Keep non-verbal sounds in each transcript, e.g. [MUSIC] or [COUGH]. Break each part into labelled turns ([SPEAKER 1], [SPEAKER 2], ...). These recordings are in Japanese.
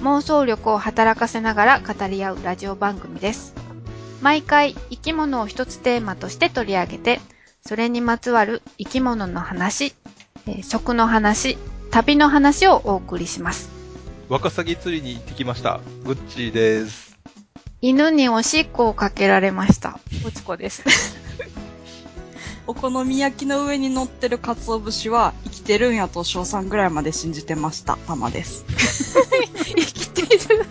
[SPEAKER 1] 妄想力を働かせながら語り合うラジオ番組です毎回生き物を一つテーマとして取り上げてそれにまつわる生き物の話、えー食の話旅の話をお送りします
[SPEAKER 2] ワカサギ釣りに行ってきました。グッチーです。
[SPEAKER 1] 犬におしっこをかけられましたおちこです
[SPEAKER 3] お好み焼きの上に乗ってる鰹節は生きてるんやと小さんぐらいまで信じてました。たまです。
[SPEAKER 1] [LAUGHS] 生きてる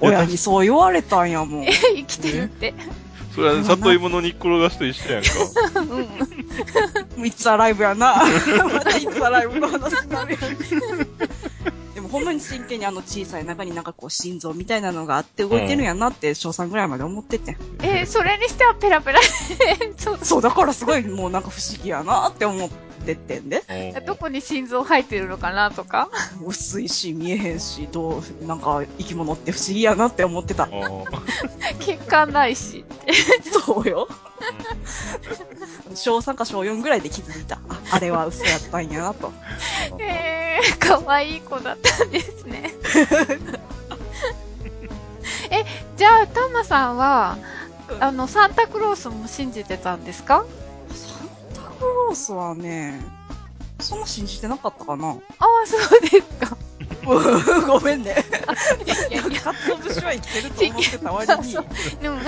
[SPEAKER 3] 親にそう言われたん
[SPEAKER 4] [LAUGHS]
[SPEAKER 3] やもん。
[SPEAKER 1] 生きてるって
[SPEAKER 2] それは、ね、里芋の煮っころがしと一緒やんか。
[SPEAKER 3] いつアライブやな。またいつアライブの話になるやん。でもほんまに真剣にあの小さい中になんかこう心臓みたいなのがあって動いてるんやなって小さんぐらいまで思ってて。
[SPEAKER 1] えーそれにしてはペラペラそう
[SPEAKER 3] そう、だからすごいもうなんか不思議やなって思ってってんで。
[SPEAKER 1] どこに心臓入ってるのかなと [LAUGHS] か
[SPEAKER 3] 薄いし見えへんし、どう、なんか生き物って不思議やなって思ってた。
[SPEAKER 2] おー
[SPEAKER 1] 血管ないし
[SPEAKER 3] [LAUGHS] そうよ。小3か小4ぐらいで気づいた。ああれは嘘やったんやなと。
[SPEAKER 1] [LAUGHS] えー、かわいい子だったんです [LAUGHS] ねえじゃあタマさんはあのサンタクロースも信じてたんですか
[SPEAKER 3] タクロースはね、そんな信じてなかったかな。
[SPEAKER 1] ああそうですか
[SPEAKER 3] [LAUGHS] ごめんね。
[SPEAKER 1] いやいや
[SPEAKER 3] カツオ節は生きてると思ってた割に、
[SPEAKER 1] そう
[SPEAKER 3] も
[SPEAKER 1] でも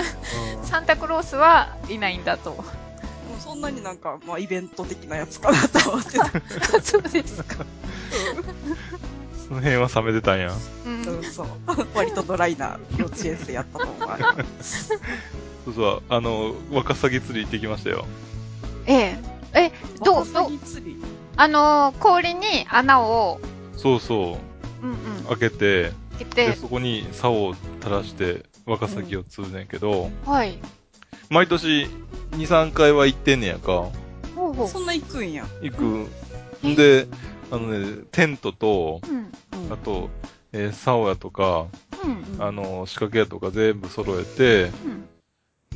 [SPEAKER 1] サンタクロースはいないんだと
[SPEAKER 3] うそんなになんか、まあイベント的なやつかなと思ってた。 [LAUGHS]
[SPEAKER 1] そうですか、
[SPEAKER 2] その辺は冷めてたんや。
[SPEAKER 1] うん
[SPEAKER 3] うん、そう。割とドライな幼稚園生やったと思う。あれ [LAUGHS] は
[SPEAKER 2] そうそう、あの、ワカサギ釣り行ってきましたよ。
[SPEAKER 1] ええ。え、ど
[SPEAKER 3] ワ
[SPEAKER 1] う、
[SPEAKER 3] サ
[SPEAKER 1] どう
[SPEAKER 3] ギ釣り
[SPEAKER 1] あのー氷に穴を、
[SPEAKER 2] そうそう
[SPEAKER 1] うんうん、、
[SPEAKER 2] 開けて、
[SPEAKER 1] 開け
[SPEAKER 2] で、
[SPEAKER 1] て、
[SPEAKER 2] そこに竿を垂らして、ワカサギを釣るねんけど、
[SPEAKER 1] はい。
[SPEAKER 2] 毎年、2、3回は行ってんねやんか。
[SPEAKER 1] ほうほ
[SPEAKER 3] そんな行くんや。
[SPEAKER 2] 行く。んで、あのね、テントと、
[SPEAKER 1] う。うん。
[SPEAKER 2] あと、えー、竿やとか、
[SPEAKER 1] うん。
[SPEAKER 2] あの、仕掛けやとか全部揃えて、
[SPEAKER 1] うん。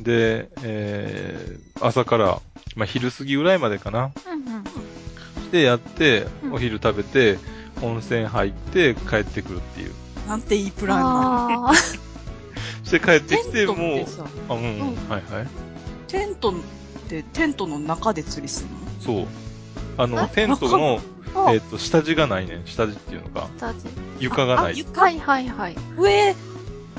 [SPEAKER 2] で、えー朝から、まあ、昼過ぎぐらいまでかな。
[SPEAKER 1] うん。うん。
[SPEAKER 2] で、やって
[SPEAKER 1] う、ん
[SPEAKER 2] お昼食べて、温泉入って帰ってくるっていう。
[SPEAKER 3] なんていいプランな
[SPEAKER 1] あー
[SPEAKER 2] して帰ってき
[SPEAKER 3] テ
[SPEAKER 2] て、
[SPEAKER 3] ントって
[SPEAKER 2] もう、
[SPEAKER 3] さ
[SPEAKER 2] あ、うん、うん
[SPEAKER 1] う、
[SPEAKER 2] はいはい。
[SPEAKER 3] テントってテントの中で釣りするの
[SPEAKER 2] そう。あの、
[SPEAKER 1] あ
[SPEAKER 2] テントの、
[SPEAKER 1] ほ
[SPEAKER 2] え
[SPEAKER 1] う
[SPEAKER 2] っ。と、下地がないね。下地っていうのか。
[SPEAKER 1] 下地
[SPEAKER 2] 床がな
[SPEAKER 3] あ
[SPEAKER 2] い。
[SPEAKER 3] 床
[SPEAKER 1] はいはいはい。
[SPEAKER 3] 上、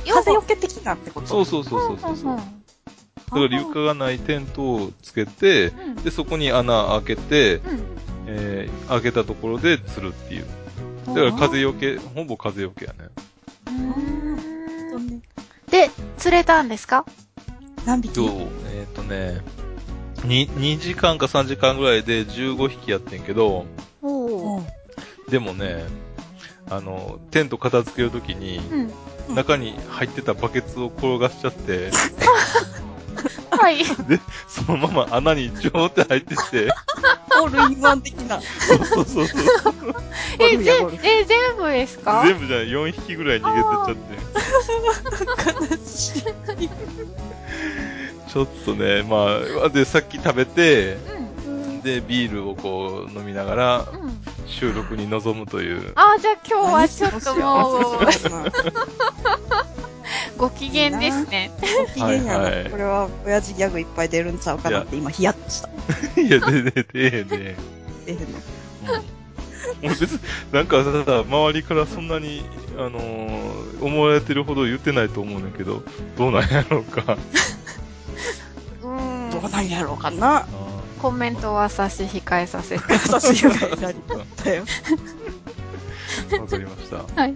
[SPEAKER 3] 風
[SPEAKER 1] よ
[SPEAKER 3] よけ的なってこと
[SPEAKER 2] そうそうそうそうそう。だから床がないテントをつけて、
[SPEAKER 1] うん。
[SPEAKER 2] で、そこに穴開けて、
[SPEAKER 1] うん。
[SPEAKER 2] えー開けたところで釣るっていう。だから風よけ、ほぼ風よけやね。
[SPEAKER 1] う
[SPEAKER 3] ほ
[SPEAKER 1] ん
[SPEAKER 3] んとね
[SPEAKER 1] で、釣れたんですか
[SPEAKER 3] 何匹
[SPEAKER 2] どうえっ、とね、に2時間か3時間ぐらいで15匹やってんけど、
[SPEAKER 1] お
[SPEAKER 3] う
[SPEAKER 1] お。
[SPEAKER 3] ん
[SPEAKER 2] でもね、あの、テント片付けるときに、
[SPEAKER 1] うん。
[SPEAKER 3] うん
[SPEAKER 2] 中に入ってたバケツを転がしちゃ [LAUGHS] って、
[SPEAKER 1] はい。
[SPEAKER 2] そのまま穴にジョーって入ってて、
[SPEAKER 3] オールインワン的な。
[SPEAKER 2] そうそうそうそう、
[SPEAKER 1] え、
[SPEAKER 3] ゴルフ
[SPEAKER 1] ぜ
[SPEAKER 3] やゴルフ
[SPEAKER 1] え、全部ですか
[SPEAKER 2] 全部じゃない、4匹ぐらい逃げてっちゃって、
[SPEAKER 3] 悲しい。
[SPEAKER 2] ちょっとね、まあ、で、さっき食べて、
[SPEAKER 1] うん。
[SPEAKER 2] で、ビールをこう飲みながら
[SPEAKER 1] うん。
[SPEAKER 2] 収録に臨むと [LAUGHS] いう、
[SPEAKER 1] ああ、じゃあ今日はちょっともう、
[SPEAKER 3] [LAUGHS] う。
[SPEAKER 1] ご機嫌ですね。
[SPEAKER 3] ご機嫌や
[SPEAKER 2] はいはい
[SPEAKER 3] な。これは、親父ギャグいっぱい出るんちゃうかなって今、ヒヤッとした。
[SPEAKER 2] いや、で、で、で、
[SPEAKER 3] 出へ
[SPEAKER 2] で、
[SPEAKER 3] んの
[SPEAKER 2] もう別に、なんかさ、周りからそんなに、あのー思われてるほど言ってないと思うねんだけど、どうなんやろうか。
[SPEAKER 1] うん。
[SPEAKER 3] どうなんやろうか [LAUGHS] な。
[SPEAKER 1] コメントは差し控えさせて。
[SPEAKER 3] 私がやられ
[SPEAKER 2] わ
[SPEAKER 3] たよ。
[SPEAKER 2] かりました。
[SPEAKER 1] はい。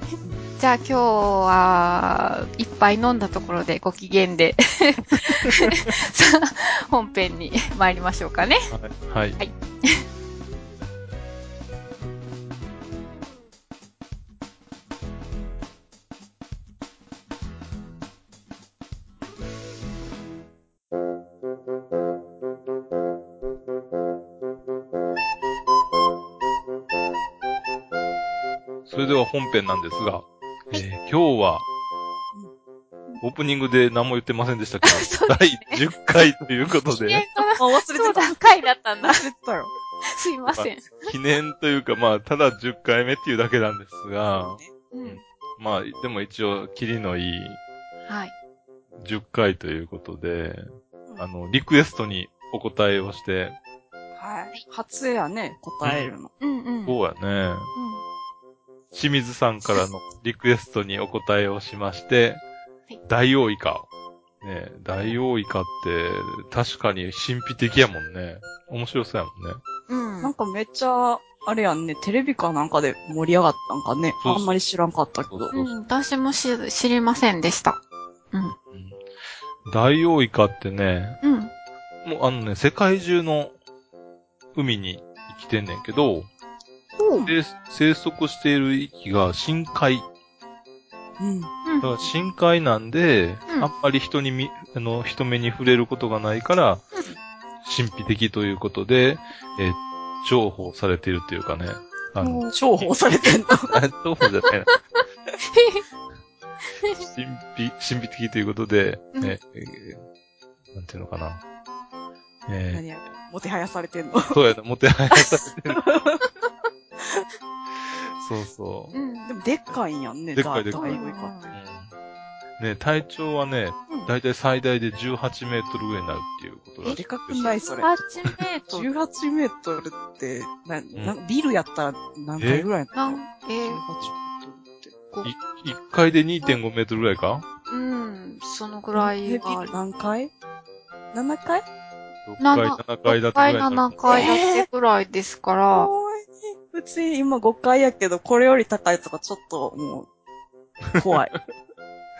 [SPEAKER 1] じゃあ今日は、いっぱい飲んだところでご機嫌 [LAUGHS] で、さあ、本編に参りましょうかね。
[SPEAKER 2] はい。
[SPEAKER 1] はい
[SPEAKER 2] れでは本編なんですが、えー今日は、オープニングで何も言ってませんでしたけ [LAUGHS]
[SPEAKER 1] そう
[SPEAKER 2] ど、第10回ということ
[SPEAKER 1] 記念
[SPEAKER 2] で、
[SPEAKER 1] か
[SPEAKER 3] [LAUGHS]
[SPEAKER 1] な
[SPEAKER 3] あ、忘れ
[SPEAKER 1] そ
[SPEAKER 3] て
[SPEAKER 1] う
[SPEAKER 3] た。忘
[SPEAKER 1] だ、回だったん [LAUGHS] だ。
[SPEAKER 3] れてたよ。
[SPEAKER 1] すいません。
[SPEAKER 2] 記念というか、まあ、ただ10回目っていうだけなんですが、
[SPEAKER 1] うん。
[SPEAKER 2] まあ、でも一応、キリのいい
[SPEAKER 1] はい。
[SPEAKER 2] 10回ということで、あの、リクエストにお答えをして、
[SPEAKER 3] はい。初やね、答えるの。
[SPEAKER 1] うんうん。うん。
[SPEAKER 2] そうやね、清水さんからのリクエストにお答えをしまして、
[SPEAKER 1] はい
[SPEAKER 2] 大王イカ。ねえ、大王イカって、確かに神秘的やもんね。面白そうやもんね。
[SPEAKER 1] うん。
[SPEAKER 3] なんかめっちゃ、あれやんね、テレビかなんかで盛り上がったんかね。
[SPEAKER 2] そう
[SPEAKER 3] あ
[SPEAKER 2] そうん
[SPEAKER 3] まり知らんかったけど。
[SPEAKER 1] うん、私もし知りませんでした。うん。
[SPEAKER 2] うん大王イカってね、
[SPEAKER 1] うん。
[SPEAKER 2] もうあのね、世界中の海に生きてんねんけど、で、生息している域が深海。
[SPEAKER 3] うん。
[SPEAKER 2] だから深海なんで、
[SPEAKER 1] うん
[SPEAKER 2] あんまり人にみ、あの、人目に触れることがないから、神秘的ということで、えー重宝されているというかね。あの、
[SPEAKER 1] [LAUGHS]
[SPEAKER 3] 重宝されてんの。
[SPEAKER 2] あ [LAUGHS] 重宝じゃないな。神秘、神秘的ということで、
[SPEAKER 1] うん
[SPEAKER 2] えーえーなんていうのかな。え
[SPEAKER 3] 何や、もてはやされ
[SPEAKER 2] [LAUGHS]
[SPEAKER 3] てんの。
[SPEAKER 2] ー、そうやな、もてはやされてる。そうそう。
[SPEAKER 1] うん。
[SPEAKER 3] でもでっかいんやんね、
[SPEAKER 2] でっかいでっか
[SPEAKER 3] だ
[SPEAKER 2] い
[SPEAKER 3] いぶか。
[SPEAKER 2] うんね、体長はね
[SPEAKER 1] うん、
[SPEAKER 2] だいたい最大で18メートルぐらいになるっていうことらしい
[SPEAKER 3] でかくないそれ。
[SPEAKER 1] 8メートル。
[SPEAKER 3] 18メートルって、な、
[SPEAKER 2] ん
[SPEAKER 3] なんかビルやったら何回ぐらいな
[SPEAKER 1] なん
[SPEAKER 3] の、?18
[SPEAKER 1] え
[SPEAKER 3] メ
[SPEAKER 1] ー
[SPEAKER 3] ートルって。
[SPEAKER 2] い一回で2.5メートルぐらいか
[SPEAKER 1] うん、そのぐらいがあ
[SPEAKER 3] えビル
[SPEAKER 1] る。
[SPEAKER 3] 何回 ?7 回
[SPEAKER 2] ?6 回、7階建てぐらいになる。
[SPEAKER 1] 7階建てぐらいですから、
[SPEAKER 3] 怖い。うち今5階やけど、これより高いとかちょっともう、怖い。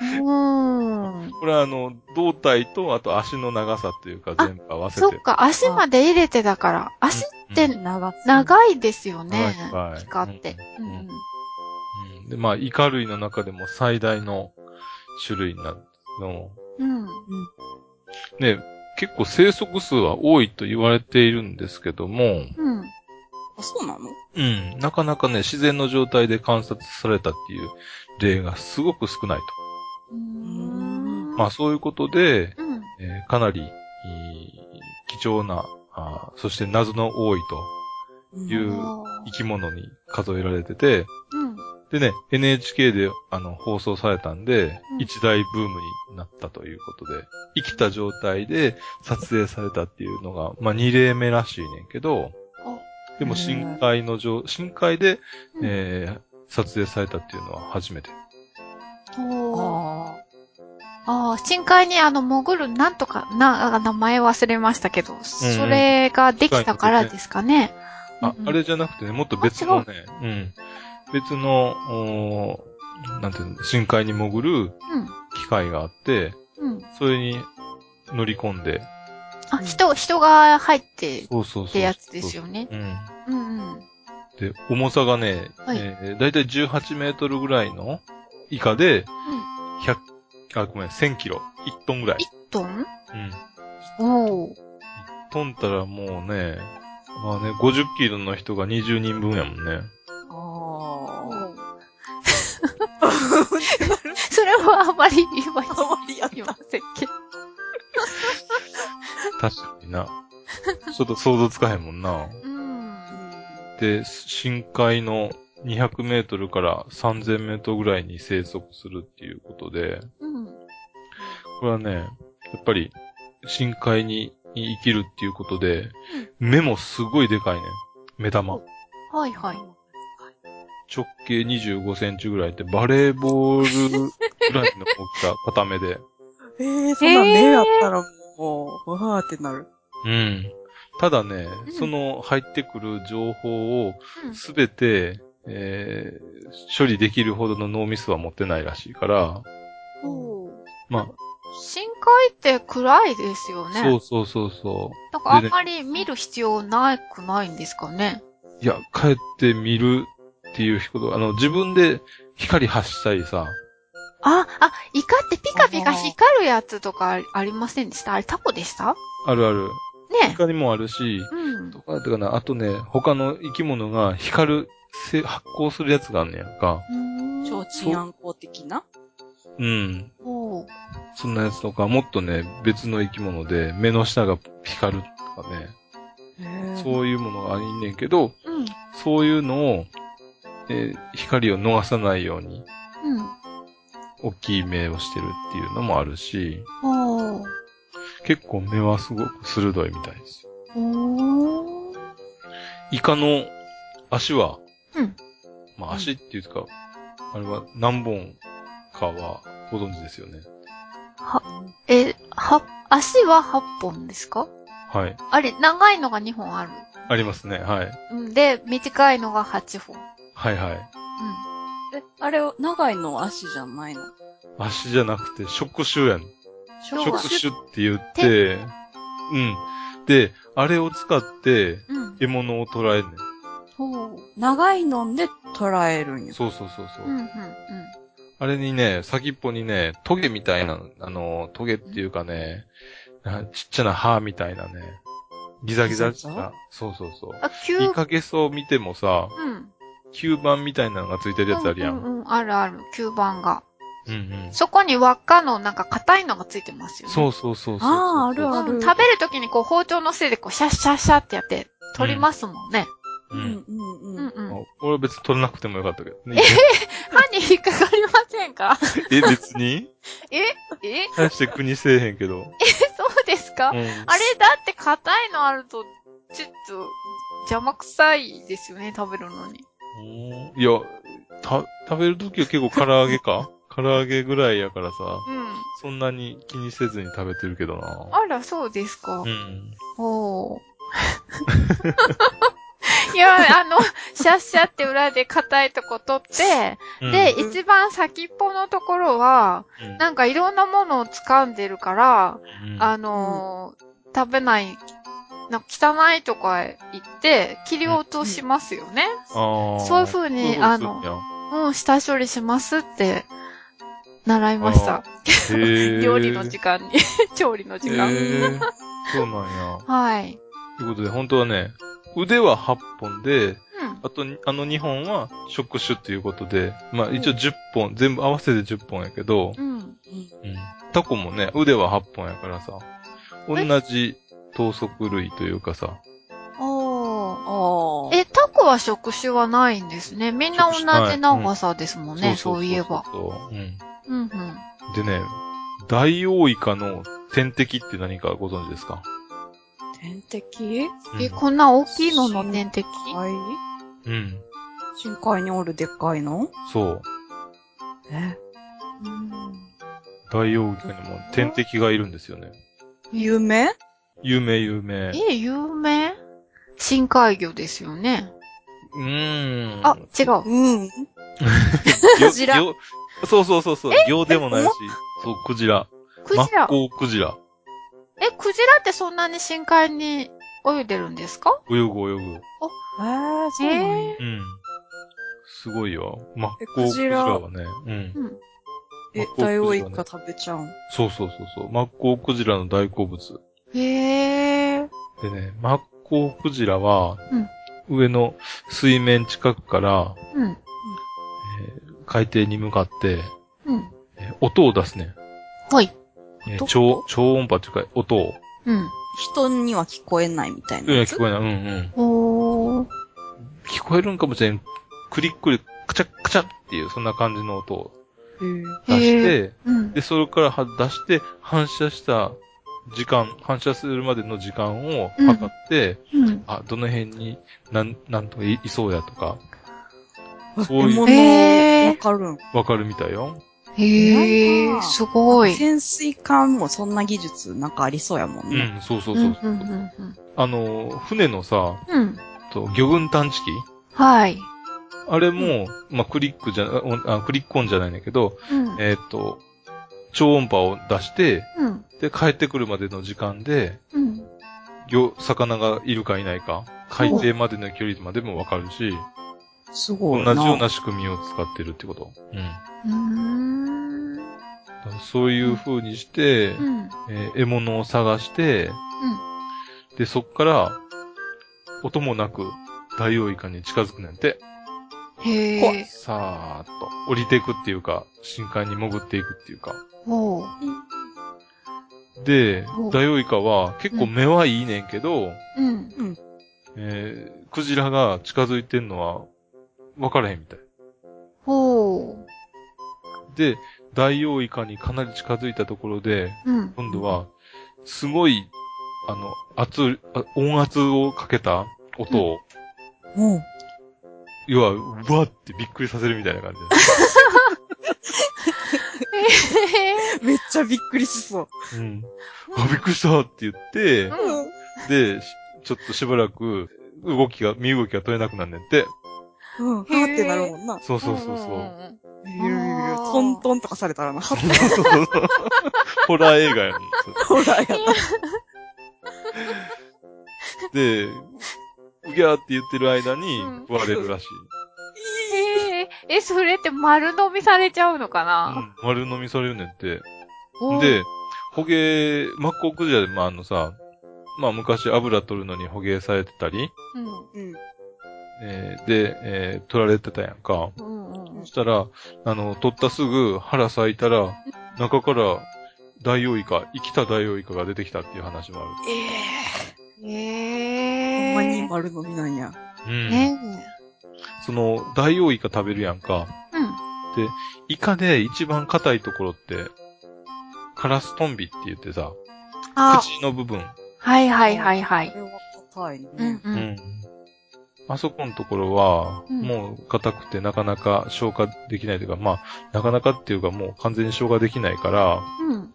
[SPEAKER 1] うん。
[SPEAKER 2] これはあの、胴体と、あと足の長さっていうか全部合わせて。
[SPEAKER 1] そっか、足まで入れてだから、足って
[SPEAKER 2] うん
[SPEAKER 3] 長さ
[SPEAKER 1] [LAUGHS] 長いですよね
[SPEAKER 2] 長い。
[SPEAKER 1] 光って。う
[SPEAKER 2] うん
[SPEAKER 1] ん
[SPEAKER 2] うんで、まあ、イカ類の中でも最大の種類になるの。
[SPEAKER 1] うん。
[SPEAKER 2] ね、結構生息数は多いと言われているんですけども、
[SPEAKER 1] うん。
[SPEAKER 3] あ、そうなの
[SPEAKER 2] うん、なかなかね、自然の状態で観察されたっていう例がすごく少ないと。
[SPEAKER 1] うん。
[SPEAKER 2] まあ、そういうことで、
[SPEAKER 1] うん。
[SPEAKER 2] えーかなり、いー貴重なあー、そして謎の多いとい
[SPEAKER 3] うん
[SPEAKER 2] う生き物に数えられてて、
[SPEAKER 1] うん。
[SPEAKER 2] でね、NHK であの放送されたんで、
[SPEAKER 1] うん
[SPEAKER 2] 一大ブームになったということで、生きた状態で撮影されたっていうのが、まあ2例目らしいねんけど
[SPEAKER 1] あ、
[SPEAKER 2] でも深海の状、深海で、えー撮影されたっていうのは初めて。
[SPEAKER 1] おー
[SPEAKER 3] あ
[SPEAKER 1] ああ、深海にあの、潜る、なんとか、な、あ名前忘れましたけど、それができたからですかね。
[SPEAKER 2] あ
[SPEAKER 1] う、ん
[SPEAKER 2] あれじゃなくてね、もっと別のね、うん。別の、おーなんていうの、深海に潜る
[SPEAKER 1] うん。
[SPEAKER 2] 機械があって、
[SPEAKER 1] うん。
[SPEAKER 2] それに乗り込んで、
[SPEAKER 1] あ、人、人が入ってっ
[SPEAKER 2] そうそうそう。
[SPEAKER 1] てやつですよね。
[SPEAKER 2] うん。
[SPEAKER 1] うんうん。
[SPEAKER 2] で、重さがね、
[SPEAKER 1] はい
[SPEAKER 2] えーだいたい18メートルぐらいの以下で、100、あ、ごめん、1000キロ、1トンぐらい。
[SPEAKER 1] 1トン
[SPEAKER 2] うん。
[SPEAKER 1] おー
[SPEAKER 2] トンったらもうね、まあね、50キロの人が20人分やもんね。
[SPEAKER 3] あ。ああ。 [LAUGHS]
[SPEAKER 1] それはあまり言わ
[SPEAKER 3] あまりやっ
[SPEAKER 1] 言い
[SPEAKER 3] た
[SPEAKER 1] ま。せんけど。
[SPEAKER 2] 確かに
[SPEAKER 1] [LAUGHS]
[SPEAKER 2] な。ちょっと想像つかへんもんな。
[SPEAKER 1] うん。
[SPEAKER 2] で、深海の200メートルから3000メートルぐらいに生息するっていうことで、
[SPEAKER 1] うん。
[SPEAKER 2] これはね、やっぱり深海に生きるっていうことで、目もすごいでかいね。目玉。
[SPEAKER 1] はいはい。
[SPEAKER 2] 直径25センチぐらいって、バレーボールぐらいの大
[SPEAKER 1] [LAUGHS]
[SPEAKER 2] きさ、固めで。
[SPEAKER 3] ええー、そんなん目やったらもう、わーってなる。
[SPEAKER 2] うん。ただね、
[SPEAKER 1] うん
[SPEAKER 2] その入ってくる情報を
[SPEAKER 1] うん
[SPEAKER 2] すべて、えー処理できるほどの脳みそは持ってないらしいから、
[SPEAKER 1] おー
[SPEAKER 2] ま
[SPEAKER 1] 深海って暗いですよ
[SPEAKER 2] あ、
[SPEAKER 1] ね。
[SPEAKER 2] そうそうそうそ
[SPEAKER 1] なんかあんまり見る必要なくないんですかね。
[SPEAKER 2] う。いや、帰ってみるっていうこと、あの、自分で光発したりさ、
[SPEAKER 1] あ、あ、イカってピカピカ光るやつとかありませんでしたあれタコでした
[SPEAKER 2] あるある。
[SPEAKER 1] ね
[SPEAKER 2] 光もあるし、
[SPEAKER 1] うん
[SPEAKER 2] と。かだったかな、あとね、他の生き物が光るせ発酵するやつがあんねやんか。
[SPEAKER 3] 超治安公的な
[SPEAKER 2] うん。
[SPEAKER 1] おう
[SPEAKER 2] そんなやつとか、もっとね、別の生き物で、目の下が光るとかね、そういうものがいんねんけど、
[SPEAKER 1] うん。
[SPEAKER 2] そういうのを、えー光を逃さないように、
[SPEAKER 1] うん。
[SPEAKER 2] 大きい目をしてるっていうのもあるし、
[SPEAKER 1] おう
[SPEAKER 2] 結構目はすごく鋭いみたいですよ。
[SPEAKER 1] おー
[SPEAKER 2] イカの足は、
[SPEAKER 1] うん
[SPEAKER 2] まあ足っていうか、あれは何本かはご存知ですよね。
[SPEAKER 1] え、は、足は8本ですか
[SPEAKER 2] はい。
[SPEAKER 1] あれ、長いのが2本ある。
[SPEAKER 2] ありますね。はい。
[SPEAKER 1] うんで、短いのが8本。うん。
[SPEAKER 2] はいはい。
[SPEAKER 3] え、あれ、長いの足じゃないの
[SPEAKER 2] 足じゃなくて、触手やん。
[SPEAKER 1] 要は
[SPEAKER 2] 触手って言って、うん。で、あれを使って、
[SPEAKER 1] うん。
[SPEAKER 2] 獲物を捕らえるねん。
[SPEAKER 1] おう
[SPEAKER 3] 長いのんで捕らえるんや。
[SPEAKER 2] そうそうそうそう。
[SPEAKER 1] うん、うん、うん。
[SPEAKER 2] あれにね、先っぽにね、トゲみたいな、あの、トゲっていうかね、なちっちゃな歯みたいなね、ギザギザし
[SPEAKER 3] ギザギ
[SPEAKER 2] た。そうそうそう。
[SPEAKER 1] あ、
[SPEAKER 2] イ
[SPEAKER 1] 9、
[SPEAKER 2] カゲソを見てもさ、
[SPEAKER 1] うん。
[SPEAKER 2] 吸盤みたいなのがついてるやつあるや。
[SPEAKER 1] うんん、うん、あるある。吸盤が。
[SPEAKER 2] うんうん。
[SPEAKER 1] そこに輪っかのなんか硬いのがついてますよね。
[SPEAKER 2] そうそうそうそうそう。
[SPEAKER 3] あーあるあ
[SPEAKER 1] うん、食べるときにこう包丁のせいでこうシャッシャッシャッってやって取りますもんね。
[SPEAKER 2] う。
[SPEAKER 3] うんんうん
[SPEAKER 1] う
[SPEAKER 3] うんん。
[SPEAKER 1] うん。
[SPEAKER 2] あ俺は別に取らなくてもよかったけどね。
[SPEAKER 1] 歯に引っかかりませんか
[SPEAKER 2] [LAUGHS] え、別に
[SPEAKER 1] ええ
[SPEAKER 2] 大して国せえへんけど。
[SPEAKER 1] そうですか、
[SPEAKER 2] うん。
[SPEAKER 1] あれだって硬いのあると、ちょっと邪魔くさいですよね、食べるのに。
[SPEAKER 2] うんいや、た、食べるときは結構唐揚げか
[SPEAKER 1] [LAUGHS]
[SPEAKER 2] 唐揚げぐらいやからさ、
[SPEAKER 1] うん。
[SPEAKER 2] そんなに気にせずに食べてるけどな。
[SPEAKER 1] あら、そうですか
[SPEAKER 2] う。ん。
[SPEAKER 1] お
[SPEAKER 2] [LAUGHS]
[SPEAKER 1] お。いや、あの、シャッシャって裏で硬いとこ取って、
[SPEAKER 2] うん
[SPEAKER 1] で、、一番先っぽのところは、
[SPEAKER 2] うん
[SPEAKER 1] なんかいろんなものを掴んでるから、
[SPEAKER 2] うん
[SPEAKER 1] あのー食べない、なんか汚いとかへ行って、切り落としますよね。
[SPEAKER 2] あー
[SPEAKER 1] そういう風
[SPEAKER 2] そうい
[SPEAKER 1] に
[SPEAKER 2] うこと
[SPEAKER 1] あの
[SPEAKER 2] するん
[SPEAKER 1] うん、下処理しますって、習いました。
[SPEAKER 2] や
[SPEAKER 1] [LAUGHS] 料理の時間に、調理の時
[SPEAKER 2] へ
[SPEAKER 1] 間。
[SPEAKER 2] ーそうなんや。
[SPEAKER 1] はい。
[SPEAKER 2] ということで、本当はね、腕は8本で、
[SPEAKER 1] うん。
[SPEAKER 2] あとに、あの2本は触手っていうことで、まあ一応10本、全部合わせて10本やけど、
[SPEAKER 1] うん。
[SPEAKER 2] うんタコもね、腕は8本やからさ、同じ等速類というかさ、
[SPEAKER 1] おー。
[SPEAKER 3] ああ。
[SPEAKER 1] え、タコは触手はないんですね。みんな同じ長さですもんね、そういえば。
[SPEAKER 2] そうそうそううん
[SPEAKER 1] うんうん。
[SPEAKER 2] でね、ダイオウイカの天敵って何かご存知ですか
[SPEAKER 3] 天敵
[SPEAKER 1] え、こんな大きいのの天敵
[SPEAKER 3] はい。
[SPEAKER 2] うんうん。
[SPEAKER 3] 深海におるでっかいの
[SPEAKER 2] そう。
[SPEAKER 3] え
[SPEAKER 1] うん
[SPEAKER 2] ダイオウイカにも天敵がいるんですよね。
[SPEAKER 3] 有名
[SPEAKER 2] 有名有名。
[SPEAKER 1] え、有名深海魚ですよね。
[SPEAKER 2] うーん。
[SPEAKER 1] あ、違う。
[SPEAKER 3] うん。
[SPEAKER 2] [LAUGHS] よ
[SPEAKER 3] クジラ
[SPEAKER 2] よそうそうそうそう。行でもないし。そう、クジラ。
[SPEAKER 1] クジラ。
[SPEAKER 2] マッコウクジラ。
[SPEAKER 1] え、クジラってそんなに深海に泳いでるんですか
[SPEAKER 2] 泳ぐ泳ぐ。
[SPEAKER 3] えー、そうなんや
[SPEAKER 1] え
[SPEAKER 2] うん。すごいよ。マッコウ
[SPEAKER 3] え
[SPEAKER 2] ク
[SPEAKER 3] ク
[SPEAKER 2] ジ
[SPEAKER 3] ジ
[SPEAKER 2] ラ
[SPEAKER 3] ラ
[SPEAKER 2] はね。うん。
[SPEAKER 1] うん。
[SPEAKER 2] マ
[SPEAKER 3] え
[SPEAKER 2] ッコウクジラね、
[SPEAKER 3] ダイオウイカ食べちゃうん。
[SPEAKER 2] そうそうそうそう。マッコウクジラの大好物。
[SPEAKER 1] へえ。
[SPEAKER 2] でね、マッコウクジラは、
[SPEAKER 1] うん
[SPEAKER 2] 上の水面近くから、
[SPEAKER 1] う
[SPEAKER 2] え
[SPEAKER 1] ん。
[SPEAKER 2] ー海底に向かって、
[SPEAKER 1] うん。
[SPEAKER 2] えー音を出すね。
[SPEAKER 1] はい。
[SPEAKER 2] えー
[SPEAKER 3] 音
[SPEAKER 2] 超、超音波というか、音を。
[SPEAKER 1] うん。
[SPEAKER 3] 人には聞こえないみたい
[SPEAKER 2] い
[SPEAKER 3] な
[SPEAKER 2] や、
[SPEAKER 3] やつ。
[SPEAKER 2] 聞こえない。うんうん。
[SPEAKER 1] おー。
[SPEAKER 2] 聞こえるんかもしれん。クリックリ、カチャカチャっていう、そんな感じの音を出
[SPEAKER 1] へ
[SPEAKER 2] して、
[SPEAKER 1] うん。
[SPEAKER 2] で、それからは出して、反射した時間、反射するまでの時間を測って、
[SPEAKER 1] うん。
[SPEAKER 2] あ、どの辺に、なん、なんとかいいそうやとか、
[SPEAKER 3] え
[SPEAKER 2] そういう
[SPEAKER 3] 獲物
[SPEAKER 1] えー
[SPEAKER 3] わかるん。
[SPEAKER 2] わかるみたいよ。
[SPEAKER 1] へ
[SPEAKER 3] なんか
[SPEAKER 1] え、すごい。
[SPEAKER 3] 潜水艦もそんな技術なんかありそうやもん
[SPEAKER 2] う
[SPEAKER 3] ね。
[SPEAKER 2] ん、そうそう
[SPEAKER 1] う
[SPEAKER 2] そ
[SPEAKER 1] ん
[SPEAKER 2] う。。
[SPEAKER 1] うん。うん
[SPEAKER 2] あの、船のさ、
[SPEAKER 1] うん。うん。
[SPEAKER 2] と魚群探知機
[SPEAKER 1] はい。
[SPEAKER 2] あれも、まあ、クリックじゃ、ああクリックオンじゃないんだけど、
[SPEAKER 1] うん。
[SPEAKER 2] えーっ、と、超音波を出して、
[SPEAKER 1] うん。
[SPEAKER 2] で、帰ってくるまでの時間で、
[SPEAKER 1] うん。
[SPEAKER 2] 魚、魚がいるかいないか、海底までの距離までもわかるし、
[SPEAKER 3] す
[SPEAKER 2] 同
[SPEAKER 3] ごい
[SPEAKER 2] じ
[SPEAKER 3] な。
[SPEAKER 2] ような仕組みを使ってるってこと。うん。
[SPEAKER 1] うーん。
[SPEAKER 2] だからそういう風にして、
[SPEAKER 1] うん。
[SPEAKER 2] えー獲物を探して、で、そっから、音もなく、ダイオウイカに近づくなんて。
[SPEAKER 1] へ
[SPEAKER 3] 怖
[SPEAKER 1] え。
[SPEAKER 2] さーっと降りていくっていうか、深海に潜っていくっていうか。
[SPEAKER 1] おう。
[SPEAKER 2] で
[SPEAKER 1] お、
[SPEAKER 2] ダイオウイカは結構目はいいねんけど、
[SPEAKER 1] うん。
[SPEAKER 2] えークジラが近づいてんのは分からへんみたい。
[SPEAKER 1] おう。
[SPEAKER 2] で、ダイオウイカにかなり近づいたところで、
[SPEAKER 1] うん。
[SPEAKER 2] 今度は、すごい、あの、圧、あ音圧をかけた音を、
[SPEAKER 3] おう
[SPEAKER 2] 要は、うわってびっくりさせるみたいな感じだね。
[SPEAKER 1] え
[SPEAKER 3] めっちゃびっくりしそう。
[SPEAKER 2] うん。あ、びっくりしたって言って、
[SPEAKER 1] ーうん。
[SPEAKER 2] で、しちょっとしばらく、動きが、身動きが取れなくなんねんって。
[SPEAKER 3] うん。はーってなるもんな。
[SPEAKER 2] そうそうそうそう。
[SPEAKER 1] んんんん。
[SPEAKER 3] ビュービュービュートントンとかされた
[SPEAKER 1] [LAUGHS]
[SPEAKER 3] らな、ハッ
[SPEAKER 2] そうそうそうホラー映画やん。
[SPEAKER 3] ホラーやな。
[SPEAKER 2] で、うぎゃーって言ってる間に
[SPEAKER 1] うん、
[SPEAKER 2] 割れるらしい。
[SPEAKER 1] えー、え、それって丸飲みされちゃうのか
[SPEAKER 2] う、
[SPEAKER 1] なん
[SPEAKER 2] 丸飲みされるねんって。
[SPEAKER 1] おう
[SPEAKER 2] で、捕鯨、マッコウクジラで、まあ、あのさ、まあ、昔油取るのに捕鯨されてたり、
[SPEAKER 1] うん。
[SPEAKER 3] うん。
[SPEAKER 2] えーで、えー取られてたやんか。
[SPEAKER 1] うんうんうん
[SPEAKER 2] そしたら、あの、取ったすぐ腹咲いたら、中から、ダイオウイカ、生きたダイオウイカが出てきたっていう話もあ
[SPEAKER 3] ええほ
[SPEAKER 1] ええ。
[SPEAKER 3] んまに丸飲みなんや。
[SPEAKER 2] る。うん。
[SPEAKER 1] ね
[SPEAKER 2] その、ダイオウイカ食べるやんか。
[SPEAKER 1] うん。
[SPEAKER 2] イカで一番硬いところって、カラストンビって言ってさ、
[SPEAKER 1] あ、
[SPEAKER 2] 口の部分。
[SPEAKER 1] はいはいはいは
[SPEAKER 3] こ
[SPEAKER 1] い。
[SPEAKER 3] れは硬いね。
[SPEAKER 1] うんう。
[SPEAKER 2] うんん。あそこのところは、
[SPEAKER 1] うん
[SPEAKER 2] もう硬くてなかなか消化できないというか、まあ、なかなかっていうかもう完全に消化できないから、
[SPEAKER 1] うん。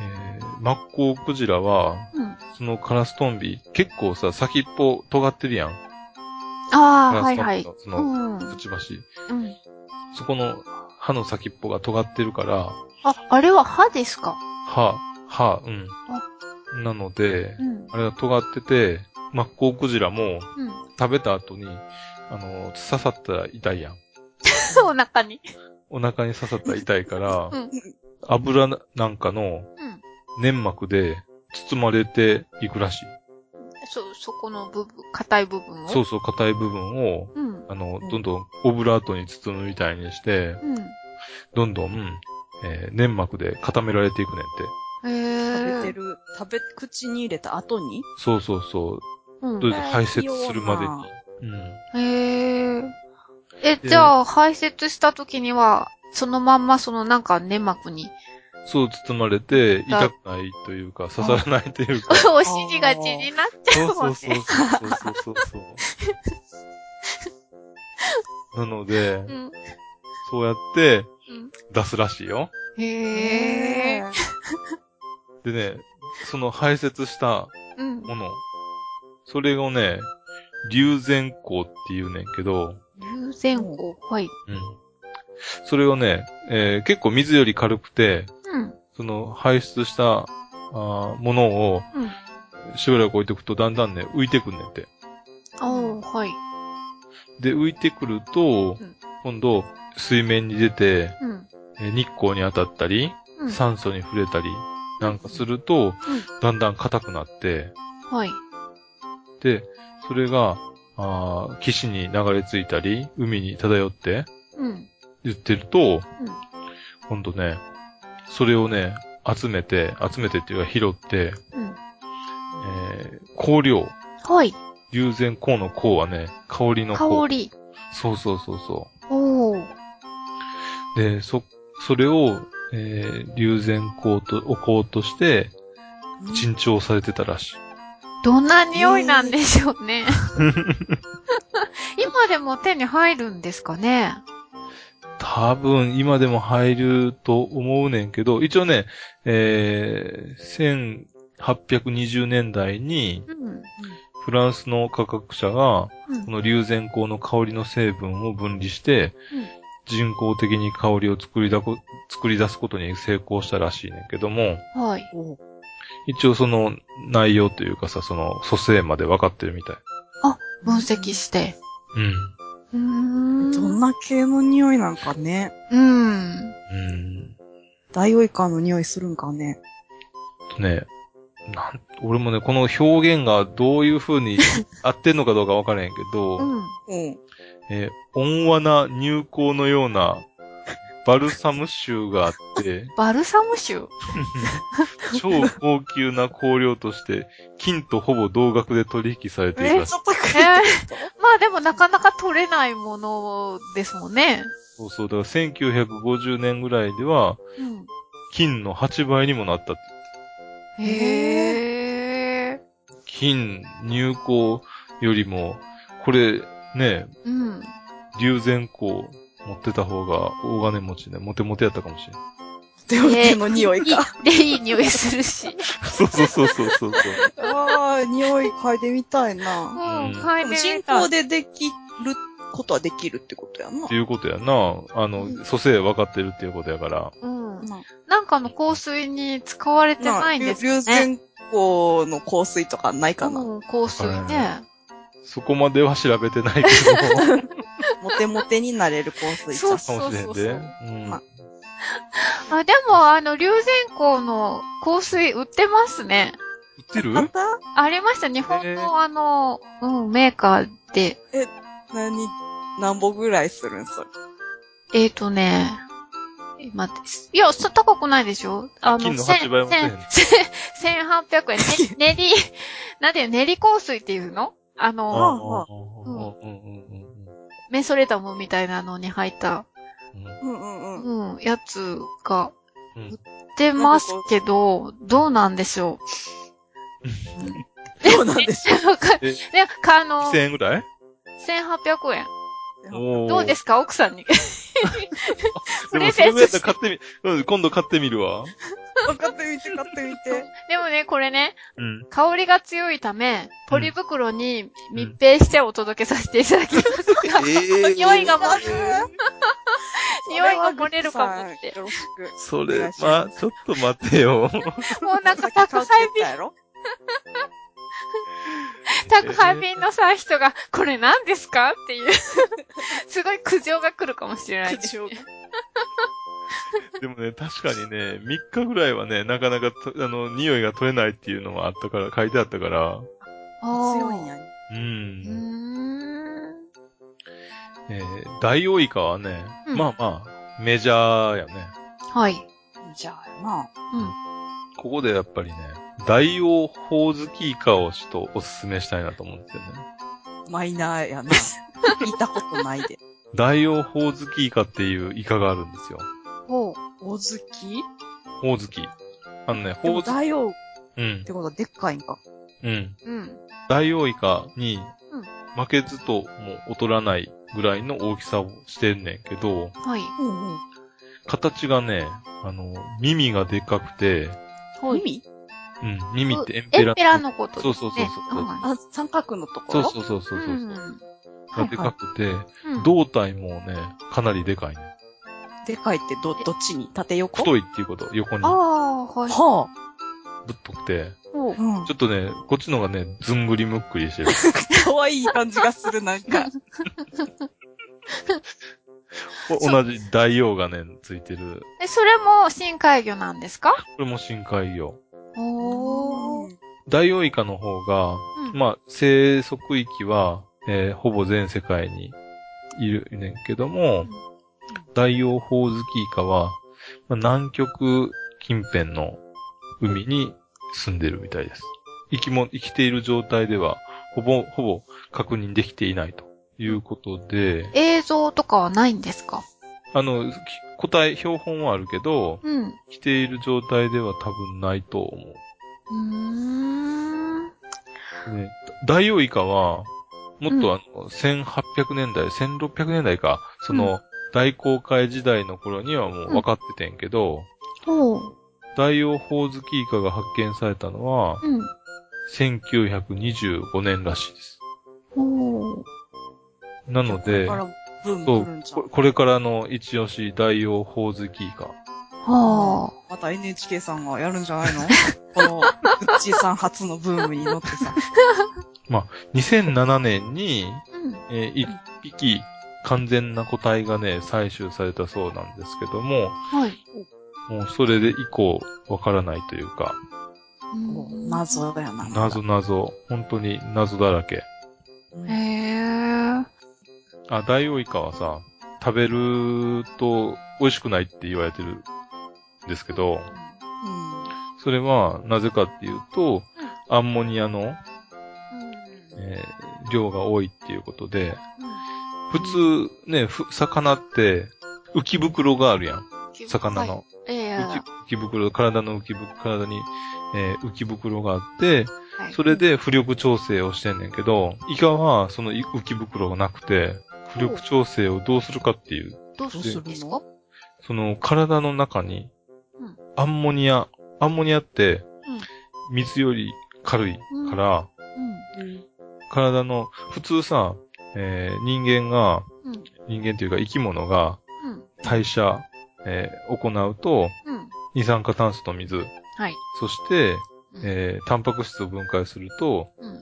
[SPEAKER 2] えー、マッコウクジラは、
[SPEAKER 1] うん。
[SPEAKER 2] そのカラストンビ、結構さ、先っぽ尖ってるやん。
[SPEAKER 1] あ
[SPEAKER 2] カ
[SPEAKER 1] あ、
[SPEAKER 2] ラス
[SPEAKER 1] はい
[SPEAKER 2] トン
[SPEAKER 1] は
[SPEAKER 2] ビ
[SPEAKER 1] い
[SPEAKER 2] の。そうの、
[SPEAKER 1] ん。う
[SPEAKER 2] くちばし。
[SPEAKER 1] ん。
[SPEAKER 2] そこの歯の先っぽが尖ってるから、
[SPEAKER 1] あ、あれは歯ですか
[SPEAKER 2] 歯、歯、うん。なので、
[SPEAKER 1] うん。
[SPEAKER 2] あれは尖ってて、マッコウクジラも
[SPEAKER 1] うん。
[SPEAKER 2] 食べた後に、あの、刺さったら痛いやん。
[SPEAKER 1] そう、中に。
[SPEAKER 2] お腹に刺さったら痛いから、
[SPEAKER 1] [LAUGHS] うん
[SPEAKER 2] 油なんかの
[SPEAKER 1] うん。
[SPEAKER 2] 粘膜で包まれていくらしい。
[SPEAKER 1] そ、そこの部分、硬い部分を。
[SPEAKER 2] そうそう、硬い部分を、
[SPEAKER 1] うん。
[SPEAKER 2] あの
[SPEAKER 3] うん、
[SPEAKER 2] どんどんオブラートに包むみたいにして、
[SPEAKER 1] うん。
[SPEAKER 2] どんどん、えー粘膜で固められていくねんって。
[SPEAKER 1] へ
[SPEAKER 3] 食べて
[SPEAKER 1] え。
[SPEAKER 3] る、食べ、口に入れた後に
[SPEAKER 2] そうそうそう。
[SPEAKER 1] うん
[SPEAKER 2] どう
[SPEAKER 3] れ
[SPEAKER 2] 排泄するまでに。
[SPEAKER 1] へえ。え、じゃあ、排泄した時には、そのまんまそのなんか粘膜 [LAUGHS] に、
[SPEAKER 2] うん。そう包まれて、痛くないというか、刺さらないと
[SPEAKER 1] [LAUGHS]
[SPEAKER 2] いうか。
[SPEAKER 1] お尻が縮になっちゃ
[SPEAKER 2] そうう
[SPEAKER 1] も
[SPEAKER 2] そ
[SPEAKER 1] ん
[SPEAKER 2] うそう
[SPEAKER 1] ね。
[SPEAKER 2] そうそうそう
[SPEAKER 1] [LAUGHS]
[SPEAKER 2] そう。なので、
[SPEAKER 1] うん。
[SPEAKER 2] そうやって
[SPEAKER 1] うん
[SPEAKER 2] 出すらしいよ。
[SPEAKER 1] へえ。
[SPEAKER 2] でね、その排泄した
[SPEAKER 1] うん。
[SPEAKER 2] もの、それをね、流前光って言うねんけど、
[SPEAKER 1] 流線光。はい。
[SPEAKER 2] うん。それをね、えー結構水より軽くて、
[SPEAKER 1] うん。
[SPEAKER 2] その排出したあーものを
[SPEAKER 1] うん。
[SPEAKER 2] しばらく置いておくとだんだんね、浮いてくんねんて。
[SPEAKER 1] おー、はい。
[SPEAKER 2] で、浮いてくると、
[SPEAKER 1] うん
[SPEAKER 2] 今度、水面に出て、
[SPEAKER 1] うん。
[SPEAKER 2] えー日光に当たったり、
[SPEAKER 1] うん。
[SPEAKER 2] 酸素に触れたり、なんかすると、だんだん硬くなって、
[SPEAKER 1] はい。
[SPEAKER 2] で、それが、あー岸に流れ着いたり、海に漂って、
[SPEAKER 1] うん。
[SPEAKER 2] 言ってると、今度ね、それをね、集めて、集めてっていうか拾って、
[SPEAKER 1] うん。
[SPEAKER 2] えー、香料、
[SPEAKER 1] はい。
[SPEAKER 2] 龍涎香の香はね、香りの香。
[SPEAKER 1] 香り。
[SPEAKER 2] そうそうそうそ
[SPEAKER 1] おー。
[SPEAKER 2] う。で、そ、それを、えー、龍涎香と、お香として、珍重されてたらしい。
[SPEAKER 1] どんな匂いなんでしょうね。今でも手に入るんですかね。
[SPEAKER 2] 多分今でも入ると思うねんけど、一応ね、えー、1820年代に
[SPEAKER 1] うん。
[SPEAKER 2] フランスの科学者が
[SPEAKER 1] うん
[SPEAKER 2] この龍涎香の香りの成分を分離して
[SPEAKER 1] うん、
[SPEAKER 2] 人工的に香りを作りだこ、作り出すことに成功したらしいねんけども、
[SPEAKER 1] はい。
[SPEAKER 3] おう
[SPEAKER 2] 一応その内容というかさ、その蘇生まで分かってるみたい。
[SPEAKER 1] 分析して。
[SPEAKER 2] うん。
[SPEAKER 1] うー
[SPEAKER 3] どん
[SPEAKER 1] ん。
[SPEAKER 3] な系の匂いなんかね。
[SPEAKER 1] う
[SPEAKER 2] う
[SPEAKER 1] ん。
[SPEAKER 2] ん。
[SPEAKER 3] ダイオウイカの匂いするんかね。
[SPEAKER 2] とね、なん、俺もね、 [LAUGHS] この表現がどういう風に合ってんのかどうか分からへんけど、
[SPEAKER 1] うん。
[SPEAKER 3] うん。
[SPEAKER 2] えー温和な乳香のようなバルサム臭があ [LAUGHS] って、
[SPEAKER 1] バルサム臭
[SPEAKER 2] 超高級な香料として、金とほぼ同額で取引されている
[SPEAKER 3] え、
[SPEAKER 2] らし
[SPEAKER 3] ち
[SPEAKER 2] い
[SPEAKER 3] ょ。っと
[SPEAKER 1] え
[SPEAKER 3] 食
[SPEAKER 1] え
[SPEAKER 3] い
[SPEAKER 1] まあでもなかなか取れないものですもんね。
[SPEAKER 2] そうそう。だから1950年ぐらいでは、
[SPEAKER 1] うん。
[SPEAKER 2] 金の8倍にもなったって。
[SPEAKER 1] へえ。
[SPEAKER 2] 金、乳香よりも、これ、ね、
[SPEAKER 1] うん。
[SPEAKER 2] 龍涎香持ってた方が大金持ちね、モテモテやったかもしれん。
[SPEAKER 3] 手を手の匂い
[SPEAKER 1] いい
[SPEAKER 3] か。、
[SPEAKER 1] で、いい匂いするし。
[SPEAKER 2] そうそうそうそうそう。
[SPEAKER 3] ああ、匂い嗅いでみたいな。
[SPEAKER 1] うん、
[SPEAKER 2] うん
[SPEAKER 1] 嗅いでみた
[SPEAKER 3] 人
[SPEAKER 1] い
[SPEAKER 3] 工でできることはできるってことやな
[SPEAKER 2] って。いうことやな。あの、蘇生分かってるっていうことやから。
[SPEAKER 1] うん。
[SPEAKER 3] まあ
[SPEAKER 1] なんかの香水に使われてないんですかね。
[SPEAKER 3] 竜泉港の香水とかないかな。
[SPEAKER 1] うん、香水ね。
[SPEAKER 2] そこまでは調べてないけど。
[SPEAKER 3] モテモテになれる香水ち
[SPEAKER 1] そ
[SPEAKER 3] ゃ。
[SPEAKER 1] うん
[SPEAKER 2] かもしれんで。
[SPEAKER 1] そうそう
[SPEAKER 2] うん
[SPEAKER 3] まあ
[SPEAKER 1] あ、でも、あの、竜涎香の香水売ってますね。
[SPEAKER 2] 売ってる
[SPEAKER 3] また
[SPEAKER 1] ありました。日本の、
[SPEAKER 2] へえ
[SPEAKER 1] あの、うん、メーカーで。
[SPEAKER 3] 何、何本ぐらいするんそれ。
[SPEAKER 1] えーとね、え待って、いや、そ、高くないでしょあ
[SPEAKER 2] 金の
[SPEAKER 1] せん
[SPEAKER 2] 8倍もせん
[SPEAKER 1] せんせん1800円。
[SPEAKER 2] [LAUGHS]
[SPEAKER 1] ね、練り、なんていうの練り香水っていうのあ
[SPEAKER 2] あ
[SPEAKER 1] の、
[SPEAKER 2] あ
[SPEAKER 3] は
[SPEAKER 2] うんうんうんうん
[SPEAKER 1] メソレタムみたいなのに入った、
[SPEAKER 2] うん
[SPEAKER 3] うんうんうん。
[SPEAKER 1] うん、やつが
[SPEAKER 2] うん
[SPEAKER 1] 出ますけど、どうなんでしょ
[SPEAKER 3] どうなんでしょ
[SPEAKER 1] う。わ [LAUGHS] かん
[SPEAKER 2] え
[SPEAKER 1] いや、かあの
[SPEAKER 2] 1000、円ぐらい
[SPEAKER 1] 1800円。
[SPEAKER 3] う。
[SPEAKER 1] どうですすか奥さんに。
[SPEAKER 2] で
[SPEAKER 1] プ
[SPEAKER 2] も
[SPEAKER 1] レ
[SPEAKER 2] それや
[SPEAKER 1] ゼン
[SPEAKER 2] っ
[SPEAKER 1] ト
[SPEAKER 2] たら買ってみ、うん、今度買ってみるわ。
[SPEAKER 3] 買ってみて、買ってみて。
[SPEAKER 1] でもね、これね、
[SPEAKER 2] うん。
[SPEAKER 1] 香りが強いため、ポリ袋に密閉してお届けさせていただきます。 [LAUGHS] 匂いがもう、匂いが漏れるかもって
[SPEAKER 3] よろしく。
[SPEAKER 2] そ
[SPEAKER 3] お
[SPEAKER 2] れ
[SPEAKER 3] 願い、し
[SPEAKER 2] ま
[SPEAKER 3] ま
[SPEAKER 2] あ、ちょっと待てよ。 [LAUGHS]
[SPEAKER 1] もうなん
[SPEAKER 3] さ
[SPEAKER 1] か
[SPEAKER 3] っき
[SPEAKER 1] 宅
[SPEAKER 3] 買うっ
[SPEAKER 1] 配
[SPEAKER 3] て言っ
[SPEAKER 1] 便
[SPEAKER 3] た、やろ
[SPEAKER 1] 宅配便のさ、人が、これ何ですかっていう、 [LAUGHS] すごい苦情が来るかもしれないです。
[SPEAKER 3] 口を
[SPEAKER 2] でもね、確かにね、3日ぐらいはね、なかなかと、あの、匂いが取れないっていうのもあったから、書いてあったから。
[SPEAKER 3] 強いんや。
[SPEAKER 2] う
[SPEAKER 1] うー
[SPEAKER 2] ん。
[SPEAKER 1] ん。
[SPEAKER 2] えー、ダイオウイカはね、
[SPEAKER 1] うん
[SPEAKER 2] まあまあ、メジャーやね。
[SPEAKER 1] はい。
[SPEAKER 3] じゃあな。
[SPEAKER 2] ここでやっぱりね、ダイオウホオズキイカをちょっとおすすめしたいなと思うんですよね。
[SPEAKER 3] マイナーやな。聞いたことないで。
[SPEAKER 2] ダイオウホオズキイカっていうイカがあるんですよ。
[SPEAKER 1] ほう。
[SPEAKER 3] おずき
[SPEAKER 2] ホオズキ。あのね、
[SPEAKER 3] で
[SPEAKER 2] ホ
[SPEAKER 3] も
[SPEAKER 2] オズキ。
[SPEAKER 3] 大王っ
[SPEAKER 2] うん
[SPEAKER 3] て。ことはでっかいんか。
[SPEAKER 2] うん。
[SPEAKER 1] うん。
[SPEAKER 2] ダイオウイカに
[SPEAKER 1] うん
[SPEAKER 2] 負けずとも劣らないぐらいの大きさをしてんねんけど、
[SPEAKER 1] はい。
[SPEAKER 3] うんうん。
[SPEAKER 2] 形がね、あの、耳がでかくて、
[SPEAKER 1] はい。
[SPEAKER 3] 耳
[SPEAKER 2] うん、耳ってエン
[SPEAKER 1] エ
[SPEAKER 2] ペラ
[SPEAKER 1] ンペラのことですね。
[SPEAKER 2] そうそうそうそう
[SPEAKER 1] は
[SPEAKER 3] あ、三角のとこ
[SPEAKER 2] そう
[SPEAKER 3] ろ
[SPEAKER 2] そうそうそうそう。
[SPEAKER 1] いうん
[SPEAKER 2] がでかくて、
[SPEAKER 1] うん
[SPEAKER 2] 胴体もね、かなりでかいね。
[SPEAKER 3] でかいってど、どっちに縦横
[SPEAKER 2] 太いっていうこと、横に
[SPEAKER 1] ああ、はい。
[SPEAKER 3] はあ。
[SPEAKER 2] ぶっとくて、
[SPEAKER 1] ほう
[SPEAKER 3] うん
[SPEAKER 2] ちょっとね、こっちのがね、ずんぐりむっくりして
[SPEAKER 1] [LAUGHS]
[SPEAKER 2] る。
[SPEAKER 3] 可愛い感じがする、なんか。
[SPEAKER 2] これ同じ大王がね、ついてる。
[SPEAKER 1] え、それも深海魚なんですか
[SPEAKER 2] これも深海魚。
[SPEAKER 1] おー。
[SPEAKER 2] 大王イカの方が、
[SPEAKER 1] うん
[SPEAKER 2] まあ、生息域は、えーほぼ全世界にいるねんけども、大王ホオズキイカは、まあ、南極近辺の海に住んでるみたいです。生きも、生きている状態では、ほぼ、ほぼ確認できていないということで、
[SPEAKER 1] 映像とかはないんですか
[SPEAKER 2] あの、き個体、標本はあるけど、
[SPEAKER 1] うん。う
[SPEAKER 2] 生きている状態では多分ないと思
[SPEAKER 1] ーん。
[SPEAKER 2] う。ね、大王イカは、もっとあの、1800年代、1600年代か、その、大航海時代の頃にはもう分かっててんけど、
[SPEAKER 1] ほう。
[SPEAKER 2] 大王ホオズキイカが発見されたのは、
[SPEAKER 1] うん。
[SPEAKER 2] 1925年らしいです。
[SPEAKER 1] ほう。
[SPEAKER 2] なの
[SPEAKER 3] これ
[SPEAKER 2] で、
[SPEAKER 3] からブーム
[SPEAKER 2] そ
[SPEAKER 3] 来るん
[SPEAKER 2] う
[SPEAKER 3] じゃ
[SPEAKER 2] こ
[SPEAKER 3] ん。
[SPEAKER 2] これからの一押し大王ホオズキイカ。
[SPEAKER 1] はあ。
[SPEAKER 3] また NHK さんがやるんじゃないのこの、うっちーさん初のブームに乗って
[SPEAKER 1] [LAUGHS]
[SPEAKER 3] さ。
[SPEAKER 2] 2007年に、
[SPEAKER 1] うん。
[SPEAKER 2] えー一匹完全な個体がね、採取されたそうなんですけども、
[SPEAKER 1] はい。
[SPEAKER 2] もうそれで以降わからないというか、
[SPEAKER 3] もう謎やな。
[SPEAKER 2] 謎謎、本当に謎だらけ。
[SPEAKER 3] うん。
[SPEAKER 1] へえ。
[SPEAKER 2] あ、ダイオウイカはさ、食べると美味しくないって言われてるんですけど、それはなぜかっていうと、アンモニアの、えー量が多いっていうことで、普通ね、ふ魚って浮き袋があるやん。魚の。
[SPEAKER 1] はい。ええ
[SPEAKER 2] 浮き浮き袋、体の浮き袋、体に、えー浮き袋があって、
[SPEAKER 1] はい
[SPEAKER 2] それで浮力調整をしてんねんけど、イカはそのい浮き袋がなくて、浮力調整をどうするかっていう、
[SPEAKER 1] どうするんですか
[SPEAKER 2] その体の中に
[SPEAKER 1] うん、
[SPEAKER 2] アンモニア、アンモニアって
[SPEAKER 1] うん、
[SPEAKER 2] 水より軽いから、体の、普通さ、えー人間が、
[SPEAKER 1] うん。うん。
[SPEAKER 2] 人間というか生き物が
[SPEAKER 1] うん。
[SPEAKER 2] 代謝、えー行うと、
[SPEAKER 1] うん。
[SPEAKER 2] 二酸化炭素と水、
[SPEAKER 1] はい。
[SPEAKER 2] そして、
[SPEAKER 1] うん
[SPEAKER 2] えータンパク質を分解すると、
[SPEAKER 1] うん。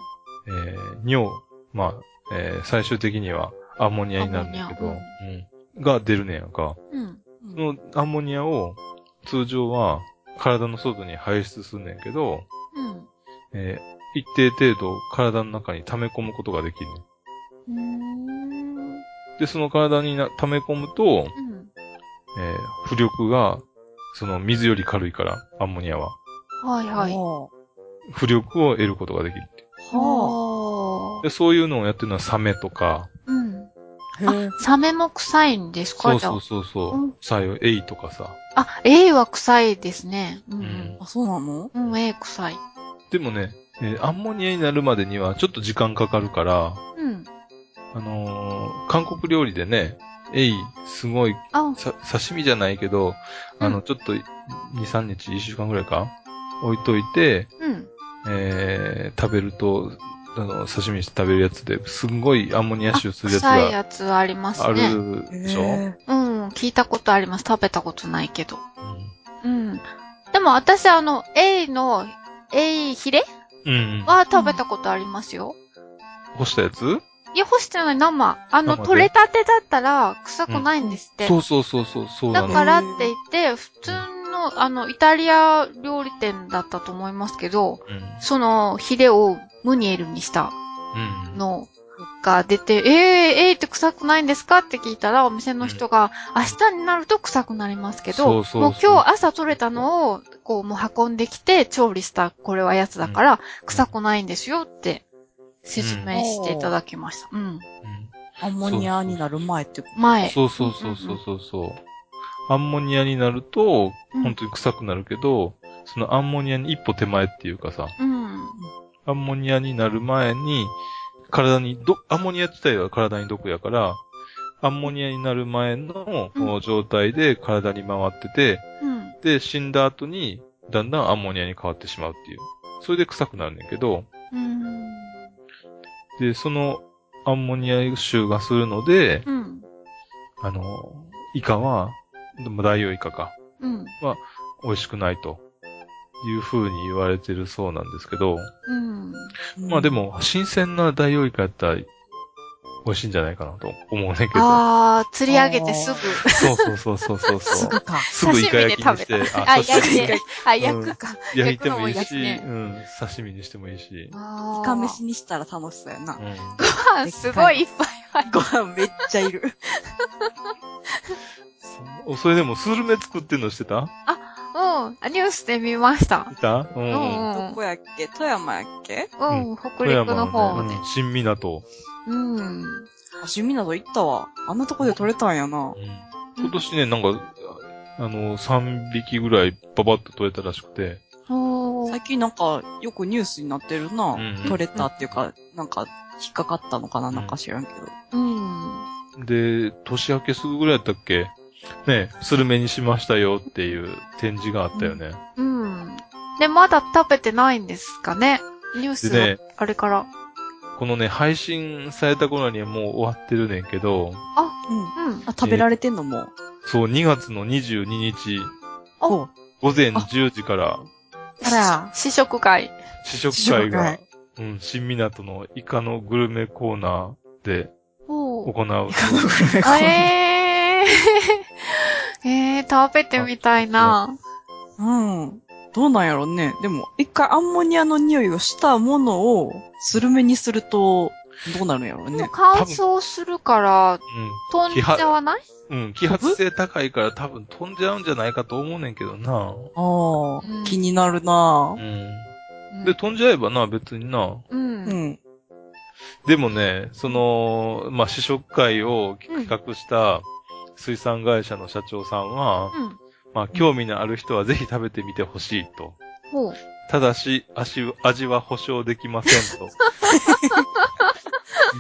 [SPEAKER 2] えー尿、まあ、えー最終的にはアンモニアになるんだけど、
[SPEAKER 1] アンモ
[SPEAKER 2] うんが出るねんやんか。
[SPEAKER 1] うん。
[SPEAKER 2] そのアンモニアを通常は体の外に排出すんねんけど、
[SPEAKER 1] うん。
[SPEAKER 2] えー一定程度体の中に溜め込むことができるねん。
[SPEAKER 1] うーん。
[SPEAKER 2] で、その体にな溜め込むと、
[SPEAKER 1] うん。
[SPEAKER 2] えー浮力が、その水より軽いから、アンモニアは。
[SPEAKER 1] はいはい。
[SPEAKER 2] 浮力を得ることができるって。
[SPEAKER 4] は
[SPEAKER 1] はあ。
[SPEAKER 2] で、そういうのをやってるのはサメとか、
[SPEAKER 1] うん。
[SPEAKER 3] へ
[SPEAKER 1] あ、サメも臭いんです
[SPEAKER 2] そ
[SPEAKER 1] か
[SPEAKER 2] う
[SPEAKER 1] じゃ
[SPEAKER 2] そ
[SPEAKER 1] あ
[SPEAKER 2] う。そうそうう、サイエイとかさ。
[SPEAKER 1] あ、A は臭いですね。う
[SPEAKER 2] うん
[SPEAKER 1] ん。
[SPEAKER 3] あ、そうなの
[SPEAKER 1] うん、うん A 臭い。
[SPEAKER 2] でもね、えーアンモニアになるまでにはちょっと時間かかるから、
[SPEAKER 1] うん。
[SPEAKER 2] あのー韓国料理でね、エイ、すごい、
[SPEAKER 1] あ、
[SPEAKER 2] さ、刺身じゃないけど、あの、
[SPEAKER 1] う
[SPEAKER 2] ちょっと、2、3日、1週間ぐらいか置いといて、
[SPEAKER 1] うん。
[SPEAKER 2] えー食べると、あの、刺身して食べるやつで、すんごいアンモニア臭するやつ
[SPEAKER 1] 臭い
[SPEAKER 2] が
[SPEAKER 1] やつあります
[SPEAKER 2] あ
[SPEAKER 1] ね。
[SPEAKER 2] るでしょ、
[SPEAKER 3] へ
[SPEAKER 1] うん、聞いたことあります。食べたことないけど。
[SPEAKER 2] う
[SPEAKER 1] うん。でも私あの、エイの、エイヒレ
[SPEAKER 2] ん。うん。
[SPEAKER 1] は食べたことありますよ。
[SPEAKER 2] 干したやつ
[SPEAKER 1] いや、干してない生。あの、
[SPEAKER 2] 生で
[SPEAKER 1] 取れたてだったら臭くないんですって。
[SPEAKER 2] そうそうそうそう、そうな
[SPEAKER 1] だ
[SPEAKER 2] の。
[SPEAKER 1] からって言って、普通の、あの、イタリア料理店だったと思いますけど、
[SPEAKER 2] うん。うん。
[SPEAKER 1] その、ヒレをムニエルにしたのが出て、えー、えーって臭くないんですかって聞いたら、お店の人が、明日になると臭くなりますけど、
[SPEAKER 2] そうそうそう
[SPEAKER 1] もう今日朝取れたのを、こう、もう運んできて、調理した、これはやつだから、臭くないんですよって、説明していただきました。うん。
[SPEAKER 2] うん
[SPEAKER 3] アンモニアになる前ってこ
[SPEAKER 1] 前。
[SPEAKER 2] そうそうそうそうそうそう。アンモニアになると、
[SPEAKER 1] うん
[SPEAKER 2] 本当に臭くなるけど、そのアンモニアに一歩手前っていうかさ、
[SPEAKER 1] うん。
[SPEAKER 2] アンモニアになる前に、体に、ど、アンモニア自体は体に毒やから、アンモニアになる前の
[SPEAKER 1] うん
[SPEAKER 2] こう状態で体に回ってて、
[SPEAKER 1] うん。
[SPEAKER 2] で、死んだ後に、だんだんアンモニアに変わってしまうっていう。それで臭くなるねんけど、
[SPEAKER 1] うん。
[SPEAKER 2] で、そのアンモニア臭がするので、
[SPEAKER 1] うん。
[SPEAKER 2] あの、イカは、でもダイオウイカか。
[SPEAKER 1] うん。
[SPEAKER 2] 美味しくないという風に言われてるそうなんですけど、
[SPEAKER 1] うん。
[SPEAKER 3] と。
[SPEAKER 2] まあでも、新鮮なダイオウイカやったら美味しいんじゃないかなと思うねんけど。
[SPEAKER 1] あー、釣り上げてすぐ。
[SPEAKER 2] そうそうそうそうそう
[SPEAKER 3] うん、す
[SPEAKER 2] そう
[SPEAKER 3] ぐ。か。
[SPEAKER 2] すぐイカ焼きにして
[SPEAKER 1] 刺身で、食べた。あ、焼いて。あ、
[SPEAKER 2] 刺身
[SPEAKER 1] 焼くか。
[SPEAKER 2] 焼いてもいい
[SPEAKER 1] 焼く
[SPEAKER 2] し、
[SPEAKER 1] のもいいですね
[SPEAKER 2] うん、刺身にしてもいいし。
[SPEAKER 1] あ
[SPEAKER 3] イ
[SPEAKER 1] ー
[SPEAKER 3] カ飯にしたら楽しそうやな
[SPEAKER 2] う。ん、
[SPEAKER 1] ご飯すごいいっぱい入って
[SPEAKER 3] ご飯めっちゃいる。
[SPEAKER 2] おそれでも、スルメ作ってんのしてた
[SPEAKER 1] うん。あニュースで見ました
[SPEAKER 2] 見。たう。
[SPEAKER 1] うん
[SPEAKER 2] うん
[SPEAKER 1] ん。
[SPEAKER 3] どこやっけ富山やっけ
[SPEAKER 1] うん。うん、北陸の方
[SPEAKER 2] 富山。のね
[SPEAKER 1] で
[SPEAKER 2] 新港。
[SPEAKER 1] うん。
[SPEAKER 3] あ、趣味など行ったわ。あんなとこで取れたんやな
[SPEAKER 2] う。ん今年ね、なんか、あの、3匹ぐらいババッと取れたらしくて。
[SPEAKER 1] おー
[SPEAKER 3] 最近なんか、よくニュースになってるな。
[SPEAKER 2] うん
[SPEAKER 3] 取れたっていうか、なんか、引っかかったのかななんか知らんけど。
[SPEAKER 1] うん。
[SPEAKER 2] で、年明けすぐぐらいだったっけねスルメにしましたよっていう展示があったよね。
[SPEAKER 1] うん。で、まだ食べてないんですかね。ニュース
[SPEAKER 2] でね
[SPEAKER 1] があれから。
[SPEAKER 2] このね、配信された頃にはもう終わってるねんけど、
[SPEAKER 3] うん。あ、
[SPEAKER 1] うん。
[SPEAKER 3] 食べられてんのもう。
[SPEAKER 2] そう、2月の22日、
[SPEAKER 1] あ
[SPEAKER 3] ほ
[SPEAKER 2] 午前10時から、
[SPEAKER 3] うあら。
[SPEAKER 1] 試食会。
[SPEAKER 2] 試食会が
[SPEAKER 3] 試、
[SPEAKER 2] うん、新港のイカのグルメコーナーで
[SPEAKER 1] おー
[SPEAKER 2] 行う。
[SPEAKER 1] あえー、 [LAUGHS] えー、食べてみたいな。
[SPEAKER 3] うん。どうなんやろね。でも、一回アンモニアの匂いをしたものを、スルメにすると、どうなるんやろう
[SPEAKER 1] もう
[SPEAKER 3] ね。
[SPEAKER 1] 乾燥するから、飛んじゃわない
[SPEAKER 2] うん。うん。揮発性高いから多分飛んじゃうんじゃないかと思うねんけどな。
[SPEAKER 3] ああ、
[SPEAKER 1] うん
[SPEAKER 3] 気になるな
[SPEAKER 2] うん。
[SPEAKER 1] うん
[SPEAKER 2] で、飛んじゃえばな、別にな。
[SPEAKER 1] うん。
[SPEAKER 3] ぁ。うん。
[SPEAKER 2] でもね、その、まあ、試食会を企画した水産会社の社長さんは、
[SPEAKER 1] うん。
[SPEAKER 2] まあ、興味のある人はぜひ食べてみてほしいと。
[SPEAKER 1] ほう。
[SPEAKER 2] ただし、味味は保証できません
[SPEAKER 1] [LAUGHS]
[SPEAKER 2] と。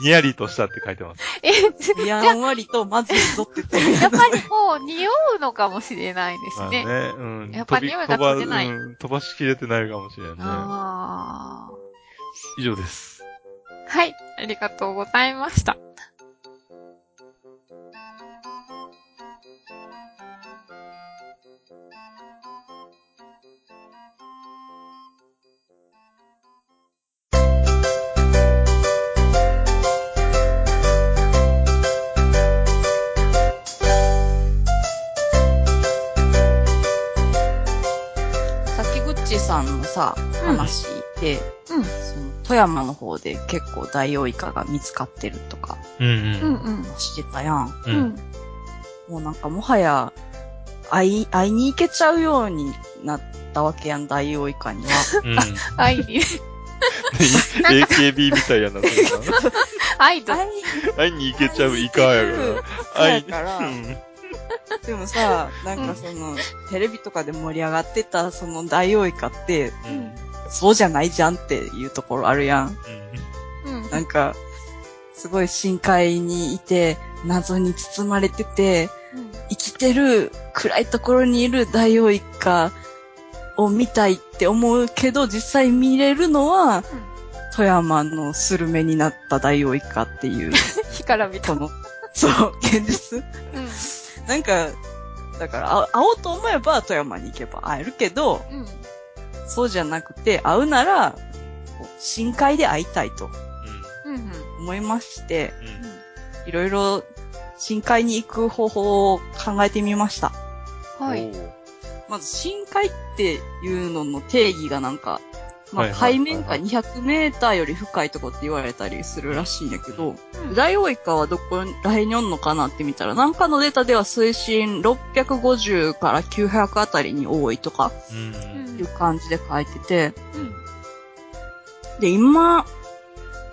[SPEAKER 2] にやりとしたって書いてます。
[SPEAKER 1] え、 [LAUGHS]
[SPEAKER 3] やんわりと、まずいぞって言ってる
[SPEAKER 1] や
[SPEAKER 3] や
[SPEAKER 1] っぱりもう匂うのかもしれないです
[SPEAKER 2] まあ
[SPEAKER 1] ね。
[SPEAKER 2] ね、うん。
[SPEAKER 1] やっぱ
[SPEAKER 2] 飛び
[SPEAKER 1] 匂いが取れない
[SPEAKER 2] 飛ばうん飛ばしきれてないかもしれないね。
[SPEAKER 1] ああ。
[SPEAKER 2] 以上です。
[SPEAKER 1] はい、ありがとうございました。
[SPEAKER 3] さっきぐっちさんのさ、話で、
[SPEAKER 1] うん。
[SPEAKER 3] その富山の方で結構ダイオウイカが見つかってるとか
[SPEAKER 2] うん
[SPEAKER 1] うんうん。
[SPEAKER 3] してたやん。
[SPEAKER 2] うん。
[SPEAKER 1] [LAUGHS]
[SPEAKER 2] うん。
[SPEAKER 3] もうなんかもはや、会い、会いに行けちゃうようになったわけやん、ダイオウイカに
[SPEAKER 1] [LAUGHS]
[SPEAKER 3] は。
[SPEAKER 2] うん。
[SPEAKER 1] ア [LAUGHS] イ
[SPEAKER 2] AKB みたいやな、それな。
[SPEAKER 1] [LAUGHS] アイドル。
[SPEAKER 3] 会いに
[SPEAKER 2] 会いに行けちゃうイカやから。会い
[SPEAKER 3] そ
[SPEAKER 2] に。
[SPEAKER 3] うやから
[SPEAKER 2] うん
[SPEAKER 3] でもさ、なんかその、テレビとかで盛り上がってた、そのダイオウイカって、
[SPEAKER 2] うんうん
[SPEAKER 3] そうじゃないじゃんっていうところあるやん。
[SPEAKER 1] うん。
[SPEAKER 3] なんか、すごい深海にいて、謎に包まれてて、
[SPEAKER 1] うん
[SPEAKER 3] 生きてる暗いところにいるダイオウイカを見たいって思うけど、実際見れるのは、富山のスルメになったダイオウイカっていう、
[SPEAKER 1] 火から見
[SPEAKER 3] こ
[SPEAKER 1] た。うん。
[SPEAKER 3] の、そう、現実。なんか、だから、あ会おうと思えば富山に行けば会えるけど、
[SPEAKER 1] うん。
[SPEAKER 3] そうじゃなくて、会うなら、こう深海で会いたいと
[SPEAKER 1] うん。うん。
[SPEAKER 3] 思いまして、
[SPEAKER 2] うんうん
[SPEAKER 3] いろいろ深海に行く方法を考えてみました。
[SPEAKER 1] はい。。
[SPEAKER 3] まず深海っていうのの定義がなんか、ま
[SPEAKER 2] は
[SPEAKER 3] あ、
[SPEAKER 2] いはいはい
[SPEAKER 3] 海面下200メーターより深いとこって言われたりするらしいんだけど、
[SPEAKER 1] うん
[SPEAKER 3] ダイオウイカはどこら辺におんのかなって見たら、なんかのデータでは水深650から900あたりに多いとか
[SPEAKER 2] うん
[SPEAKER 1] うん
[SPEAKER 3] いう感じで書いてて、
[SPEAKER 1] うん。
[SPEAKER 3] で、今、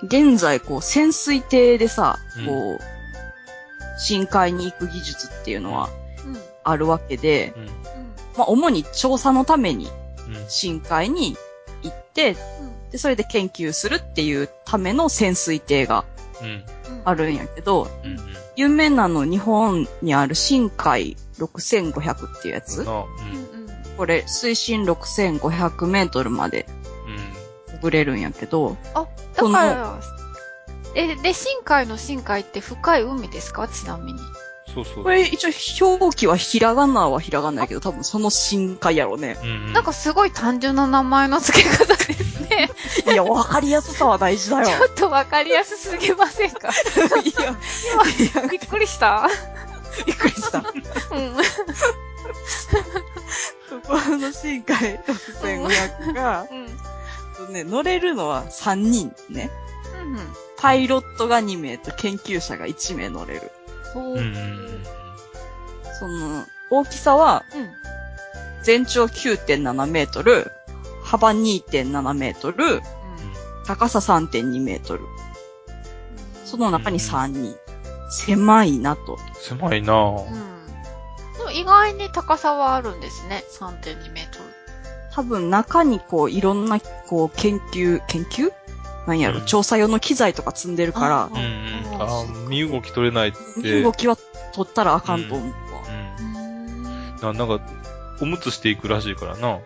[SPEAKER 3] 現在、こう、潜水艇でさ、こう、深海に行く技術っていうのは
[SPEAKER 1] うん。
[SPEAKER 3] あるわけで、
[SPEAKER 2] うん
[SPEAKER 3] まあ、主に調査のために
[SPEAKER 2] うん
[SPEAKER 3] 深海に行って、
[SPEAKER 1] う
[SPEAKER 3] で、それで研究するっていうための潜水艇が
[SPEAKER 2] うん
[SPEAKER 1] ん。
[SPEAKER 3] あ。るんやけど、
[SPEAKER 2] うん
[SPEAKER 3] 有名なの日本にある深海6500っていうや
[SPEAKER 2] う
[SPEAKER 3] つ
[SPEAKER 2] ん。な
[SPEAKER 1] う
[SPEAKER 2] うんん
[SPEAKER 1] うん。
[SPEAKER 3] これ、水深6500メートルまで潜れるんやけど、
[SPEAKER 1] あ、だから、え、で、深海の深海って深い海ですかちなみに。
[SPEAKER 2] そうそう。
[SPEAKER 3] これ一応表記はひらがなはひらがなやけど、多分その深海やろね。
[SPEAKER 1] [LAUGHS]
[SPEAKER 2] うん
[SPEAKER 1] なんかすごい単純な名前の付け方ですね。
[SPEAKER 3] いや、わかりやすさは大事だよ。
[SPEAKER 1] ちょっとわかりやすすぎませんか
[SPEAKER 3] いや、いや
[SPEAKER 1] [LAUGHS] びっくりした
[SPEAKER 3] びっくりした。
[SPEAKER 1] うん。
[SPEAKER 3] そこの深海6500が、
[SPEAKER 1] うん。
[SPEAKER 3] ね、乗れるのは3人ね。
[SPEAKER 1] うんうん。
[SPEAKER 3] パイロットが2名と研究者が1名乗れる。
[SPEAKER 1] ほう。
[SPEAKER 2] う
[SPEAKER 1] うん。
[SPEAKER 2] うんん
[SPEAKER 3] その、大きさは全長9.7メートル、幅2.7メートル、高さ3.2メートル。その中に3人。狭いなと。
[SPEAKER 2] 狭いなぁ
[SPEAKER 1] う。ん。でも意外に高さはあるんですね。3.2メートル。
[SPEAKER 3] 多分中にこういろんなこう研究、研究なんやろ、
[SPEAKER 2] うん
[SPEAKER 3] 調査用の機材とか積んでるから
[SPEAKER 1] あ、
[SPEAKER 2] うんうんあ
[SPEAKER 1] うん
[SPEAKER 2] ー、身動き取れないって。
[SPEAKER 3] 動きは取ったらあかんと思うわ。
[SPEAKER 2] う
[SPEAKER 1] うん
[SPEAKER 2] ん。ななんか、おむつしていくらしいからな。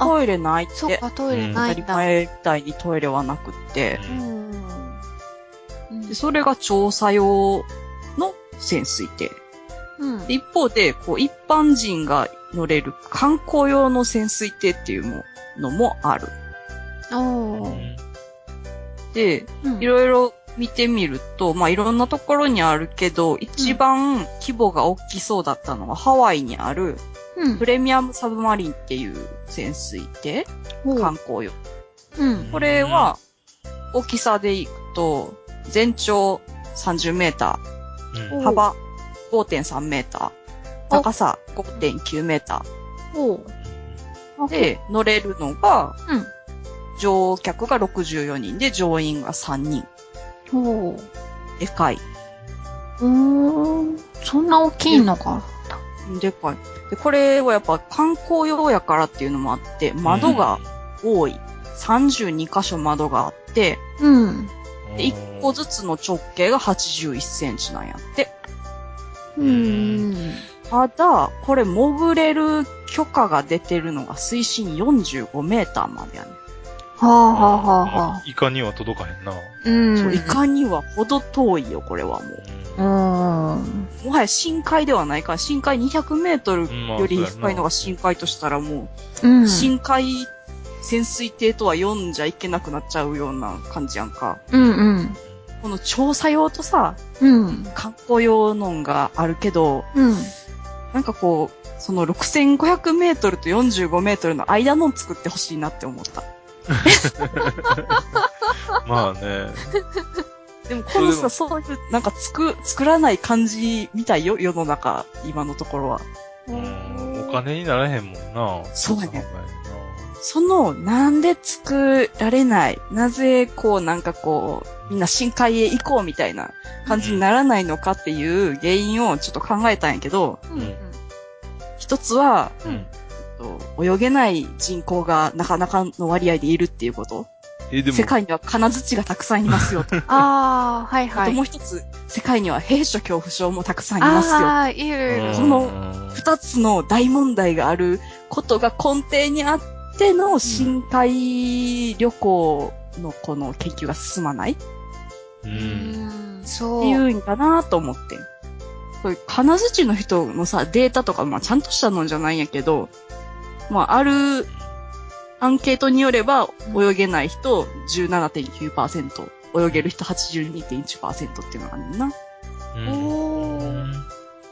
[SPEAKER 1] あ
[SPEAKER 3] トイレないっ。
[SPEAKER 1] そってか、トイレ
[SPEAKER 3] 当
[SPEAKER 1] な
[SPEAKER 3] た
[SPEAKER 1] い
[SPEAKER 3] り
[SPEAKER 1] んだ。
[SPEAKER 3] 前みたいにトイレはなくって。
[SPEAKER 1] う
[SPEAKER 2] うん
[SPEAKER 1] ん。うん
[SPEAKER 3] でそれが調査用の潜水艇。
[SPEAKER 1] うん
[SPEAKER 3] で一方で、こう、一般人が乗れる観光用の潜水艇っていうものもある。
[SPEAKER 1] おー
[SPEAKER 3] で、
[SPEAKER 1] うん
[SPEAKER 3] いろいろ見てみると、まあ、いろんなところにあるけど、一番規模が大きそうだったのは、ハワイにある
[SPEAKER 1] うん
[SPEAKER 3] プレミアムサブマリンっていう潜水艇、
[SPEAKER 1] ほう
[SPEAKER 3] 観光用。
[SPEAKER 1] うん。
[SPEAKER 3] これは、大きさでいくと、全長30メータ
[SPEAKER 2] う
[SPEAKER 3] ー、
[SPEAKER 1] お
[SPEAKER 3] 幅5.3メーター、高さ5.9メータ
[SPEAKER 1] おう。
[SPEAKER 3] ーで乗れるのが、
[SPEAKER 1] うん
[SPEAKER 3] 乗客が64人で乗員が3人。
[SPEAKER 1] おう。
[SPEAKER 3] でかい。
[SPEAKER 1] うーん。そんな大きいのか。
[SPEAKER 3] でかい。で、これはやっぱ観光用やからっていうのもあって、窓が多い。32箇所窓があって、
[SPEAKER 1] うん。
[SPEAKER 2] うん、
[SPEAKER 3] で、1個ずつの直径が81センチなんやって。
[SPEAKER 1] うーん。
[SPEAKER 3] ただ、これ潜れる許可が出てるのが水深45メーターまでやね。
[SPEAKER 1] はあは
[SPEAKER 2] あー
[SPEAKER 1] あはあはあ。
[SPEAKER 2] イカには届かへんな。
[SPEAKER 1] うん。
[SPEAKER 3] そういかにはほど遠いよ、これはも
[SPEAKER 1] うーん。
[SPEAKER 3] う。もはや深海ではないから、深海200メートル
[SPEAKER 2] うんまあ
[SPEAKER 3] より
[SPEAKER 2] そうやな
[SPEAKER 3] 深いのが深海としたらも
[SPEAKER 1] う
[SPEAKER 3] う、
[SPEAKER 1] ん。
[SPEAKER 3] 深海潜水艇とは読んじゃいけなくなっちゃうような感じやんか。
[SPEAKER 1] うん
[SPEAKER 3] この調査用とさ、
[SPEAKER 1] うん。うん。
[SPEAKER 3] 観光用のんがあるけど、
[SPEAKER 1] うん。
[SPEAKER 3] なんかこう、その6500メートルと45メートルの間のん作ってほしいなって思った。
[SPEAKER 2] まあね。
[SPEAKER 3] でもこのさ、
[SPEAKER 2] そ
[SPEAKER 3] そういう、なんか作、作らない感じみたいよ、世の中、今のところは。
[SPEAKER 2] うん、お金にならへんもんな。
[SPEAKER 3] そうやね
[SPEAKER 2] 考えるな
[SPEAKER 3] その、なんで作られない、なぜこう、なんかこう、みんな深海へ行こうみたいな感じにならないのかっていう原因をちょっと考えたんやけど、一つは、
[SPEAKER 2] うん。
[SPEAKER 3] えっと泳げない人口がなかなかの割合でいるっていうこと。
[SPEAKER 2] え、でも、
[SPEAKER 3] 世界には金槌がたくさんいますよと。
[SPEAKER 1] ああ、はいは
[SPEAKER 3] あと
[SPEAKER 1] い
[SPEAKER 3] も。う一つ、世界には兵所恐怖症もたくさんいますよ。
[SPEAKER 1] ああ、いるいる。
[SPEAKER 3] その二つの大問題があることが根底にあっての深海旅行のこの研究が進まないって
[SPEAKER 2] う。
[SPEAKER 1] うんん。そう。
[SPEAKER 3] いうんかなと思って。これ金槌の人のさ、データとか、まあちゃんとしたのじゃないんやけど、まああるアンケートによれば、泳げない人17.9%、泳げる人82.1%っていうのがあるな。
[SPEAKER 2] うん
[SPEAKER 1] おー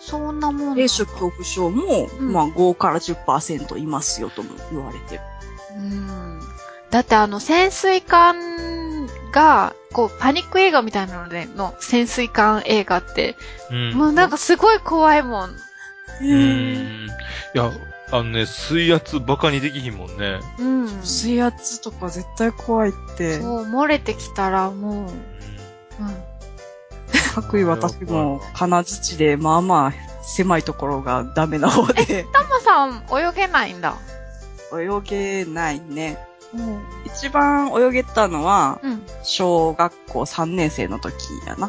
[SPEAKER 1] そんなもんなんだ
[SPEAKER 3] 閉所恐怖症も、
[SPEAKER 1] うん
[SPEAKER 3] まあ5から10%いますよとも言われてる。
[SPEAKER 1] うん。だってあの、潜水艦が、こう、パニック映画みたいなので、の潜水艦映画って、
[SPEAKER 2] うん。
[SPEAKER 1] もうなんかすごい怖いもん。
[SPEAKER 2] うん。いや、あのね、水圧バカにできひんもんね。
[SPEAKER 1] うん。そ
[SPEAKER 3] 水圧とか絶対怖いって、
[SPEAKER 1] う、漏れてきたらもう、うん。
[SPEAKER 3] 各位私も金槌で、まあまあ、狭いところがダメな方で、
[SPEAKER 1] タマさん、泳げないんだ。
[SPEAKER 3] 泳げないね。
[SPEAKER 1] うん。
[SPEAKER 3] 一番泳げたのは、
[SPEAKER 1] う
[SPEAKER 3] 小学校3年生の時やな。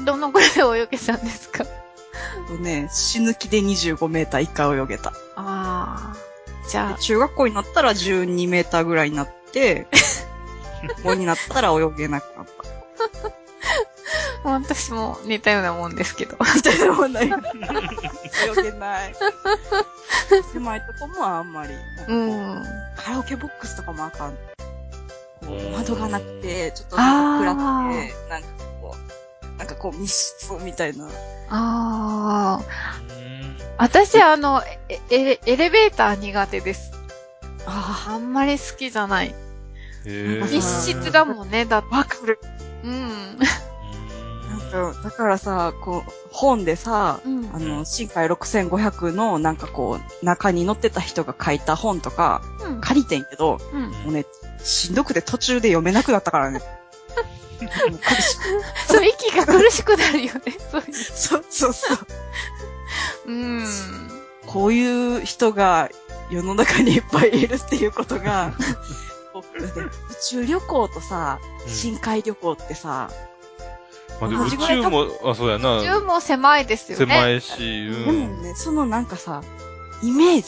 [SPEAKER 1] ん。どのくらい泳げたんですか
[SPEAKER 3] とね、死ぬ気で25メーター一回泳げた。
[SPEAKER 1] ああ。じゃあ、
[SPEAKER 3] 中学校になったら12メーターぐらいになって、ここになったら泳げなくな
[SPEAKER 1] [LAUGHS]
[SPEAKER 3] った。
[SPEAKER 1] もう私も似たようなもんですけど。
[SPEAKER 3] みたいなもんない。泳げない。狭いとこもあんまり。
[SPEAKER 1] うん。
[SPEAKER 3] カラオケボックスとかもあかん。こ
[SPEAKER 2] う
[SPEAKER 3] うん窓がなくて、ちょっとなんか暗く
[SPEAKER 1] あ
[SPEAKER 3] て、なんかこう、なんかこう密室みたいな。
[SPEAKER 1] ああ。
[SPEAKER 2] うん
[SPEAKER 1] 私、あの、えエレエレベーター苦手です。
[SPEAKER 3] あ
[SPEAKER 1] あんまり好きじゃない。
[SPEAKER 2] へー
[SPEAKER 1] 密室だもんね、だって。わかる。うん。
[SPEAKER 3] あ。なんか、だからさ、こう、本でさ、
[SPEAKER 1] うん
[SPEAKER 3] あの、深海6500のなんかこう、中に載ってた人が書いた本とか、
[SPEAKER 1] うん
[SPEAKER 3] 借りてんけど、
[SPEAKER 1] うん。
[SPEAKER 3] もうね、しんどくて途中で読めなくなったからね。もう苦しい
[SPEAKER 1] そう、息が苦しくなるよね、そうい
[SPEAKER 3] そうそうそう。
[SPEAKER 1] う。うん。
[SPEAKER 3] こういう人が世の中にいっぱいいるっていうことが、こうだって宇宙旅行とさ、
[SPEAKER 2] うん
[SPEAKER 3] 深海旅行ってさ、
[SPEAKER 2] まあでも
[SPEAKER 3] 同
[SPEAKER 2] 宇
[SPEAKER 3] じぐらい
[SPEAKER 2] 宙も、あ、そうやな。
[SPEAKER 1] 銃も狭いですよね。
[SPEAKER 2] 狭いし、う
[SPEAKER 3] でも
[SPEAKER 2] ん。
[SPEAKER 3] ね、そのなんかさ、イメージ、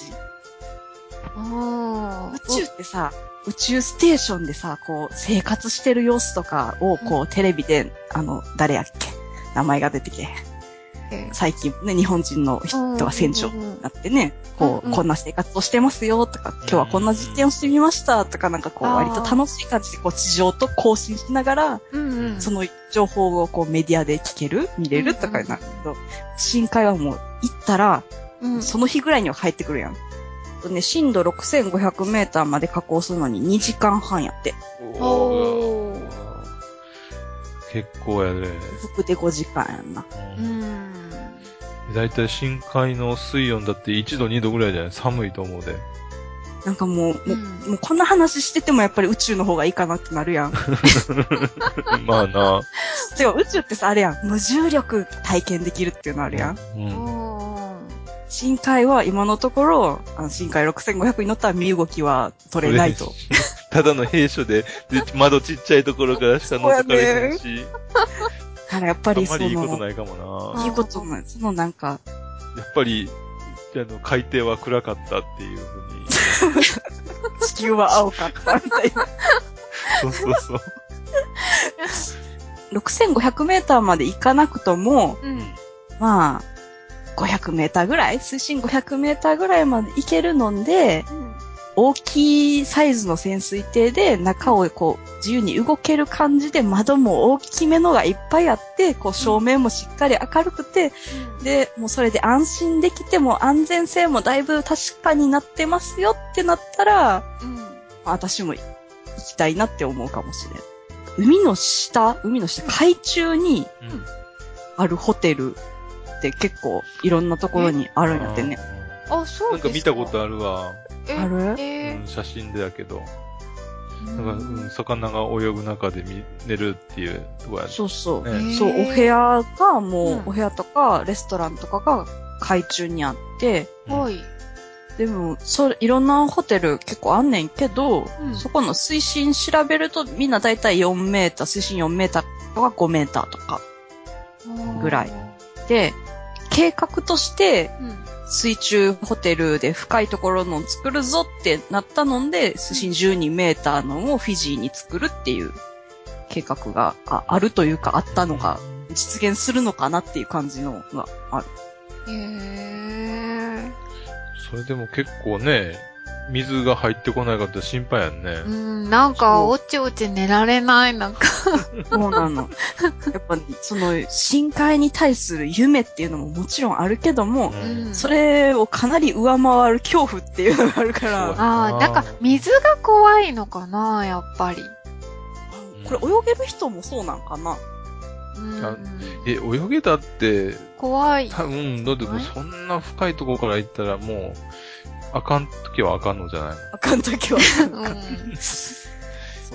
[SPEAKER 1] うん。
[SPEAKER 3] 宇宙ってさ、宇宙ステーションでさ、こう、生活してる様子とかを、こう、テレビで、あの、誰やっけ名前が出てけへん。最近ね、日本人の人が船長
[SPEAKER 1] うんうんうん
[SPEAKER 3] になってね、こ
[SPEAKER 1] う
[SPEAKER 3] う、
[SPEAKER 1] んうん
[SPEAKER 3] こんな生活をしてますよとか、今日はこんな実験をしてみましたとか、なんかこう、
[SPEAKER 1] あー
[SPEAKER 3] 割と楽しい感じで、こう、地上と交信しながら、
[SPEAKER 1] うんうん。
[SPEAKER 3] その情報をこう、メディアで聞ける見れるとかになるけど、深海はもう、行ったら、
[SPEAKER 1] うん、
[SPEAKER 3] その日ぐらいには帰ってくるやん。とね、震度6500メーターまで加工するのに2時間半やって。
[SPEAKER 2] おー
[SPEAKER 1] おー
[SPEAKER 2] 結構やで。
[SPEAKER 3] 服で5時間やんな。
[SPEAKER 1] うーん。
[SPEAKER 2] だいたい深海の水温だって1度2度ぐらいじゃない寒いと思
[SPEAKER 3] [LAUGHS]
[SPEAKER 2] うで。
[SPEAKER 3] なんかもう、も
[SPEAKER 1] う
[SPEAKER 3] うんもうこんな話しててもやっぱり宇宙の方がいいかなってなるや [LAUGHS] ん。
[SPEAKER 2] まあな。
[SPEAKER 3] でも宇宙ってさ、あれやん。無重力体験できるっていうのあるやん。
[SPEAKER 2] うん。
[SPEAKER 1] おー
[SPEAKER 3] 深海は今のところ、あの深海6500に乗ったら身動きは取れないと。。
[SPEAKER 2] ただの兵所で、で窓ちっちゃいところからしか覗かれないし、
[SPEAKER 3] だからやっぱ
[SPEAKER 2] あ
[SPEAKER 3] り
[SPEAKER 2] ん
[SPEAKER 3] そ
[SPEAKER 2] ま
[SPEAKER 3] の、
[SPEAKER 2] りいいこと
[SPEAKER 3] い
[SPEAKER 2] ないかも
[SPEAKER 1] い
[SPEAKER 2] な。
[SPEAKER 3] いことない。そのなんか、
[SPEAKER 2] やっぱり、あの、海底は暗かったっていうふうに。
[SPEAKER 3] 地球は青かったみたい [LAUGHS] な。
[SPEAKER 2] そうそうそう。
[SPEAKER 3] 6500メーターまで行かなくとも、
[SPEAKER 1] うん。
[SPEAKER 3] まあ、500メーターぐらい水深500メーターぐらいまで行けるので、大きいサイズの潜水艇で中をこう自由に動ける感じで窓も大きめのがいっぱいあって、こう照明もしっかり明るくて、で、もうそれで安心できても安全性もだいぶ確かになってますよってなったら、
[SPEAKER 1] うん。
[SPEAKER 3] 私も行きたいなって思うかもしれん。海の下、海の下、海中に
[SPEAKER 2] うん
[SPEAKER 3] あるホテルって結構いろんなところにあるんやってね。
[SPEAKER 1] あ、そう
[SPEAKER 2] な
[SPEAKER 1] です
[SPEAKER 2] んか見たことあるわ。
[SPEAKER 1] え
[SPEAKER 3] ある
[SPEAKER 2] う
[SPEAKER 1] え
[SPEAKER 2] ん、写真でやけど。
[SPEAKER 1] ー
[SPEAKER 2] なんか、うん、魚が泳ぐ中で見寝るっていうとこやね
[SPEAKER 3] そうそう。
[SPEAKER 2] ね
[SPEAKER 3] そう、
[SPEAKER 1] へ
[SPEAKER 3] お
[SPEAKER 1] ー
[SPEAKER 3] 部屋がもう、
[SPEAKER 1] うん
[SPEAKER 3] お部屋とかレストランとかが海中にあって、
[SPEAKER 1] はい。
[SPEAKER 3] でも、それ、いろんなホテル結構あんねんけど、
[SPEAKER 1] うん
[SPEAKER 3] そこの水深調べるとみんなだいたい4メーター、水深4メーターとか5メーターとかぐらいで、計画として
[SPEAKER 1] うん。
[SPEAKER 3] 水中ホテルで深いところのを作るぞってなったので、水深12メーターのをフィジーに作るっていう計画がああるというかあったのが実現するのかなっていう感じのがある。
[SPEAKER 1] へえ
[SPEAKER 2] それでも結構ね、水が入ってこないかったら心配やんね。
[SPEAKER 1] うん、なんか、おちおち寝られない、なんか。
[SPEAKER 3] そうなの。 [LAUGHS] やっぱ、その、深海に対する夢っていうのももちろんあるけども、
[SPEAKER 2] うん
[SPEAKER 3] それをかなり上回る恐怖っていうのがあるから、
[SPEAKER 2] そう
[SPEAKER 1] ああ、なんか、水が怖いのかな、やっぱり。
[SPEAKER 3] これ泳げる人もそうなんかな。
[SPEAKER 1] うん
[SPEAKER 2] あえ、泳げたって、
[SPEAKER 1] 怖い。
[SPEAKER 2] 多分、だってもう
[SPEAKER 1] はい
[SPEAKER 2] そんな深いところから行ったらもう、あかんときはあかんのじゃない
[SPEAKER 3] あかんときは。
[SPEAKER 1] うん
[SPEAKER 3] そ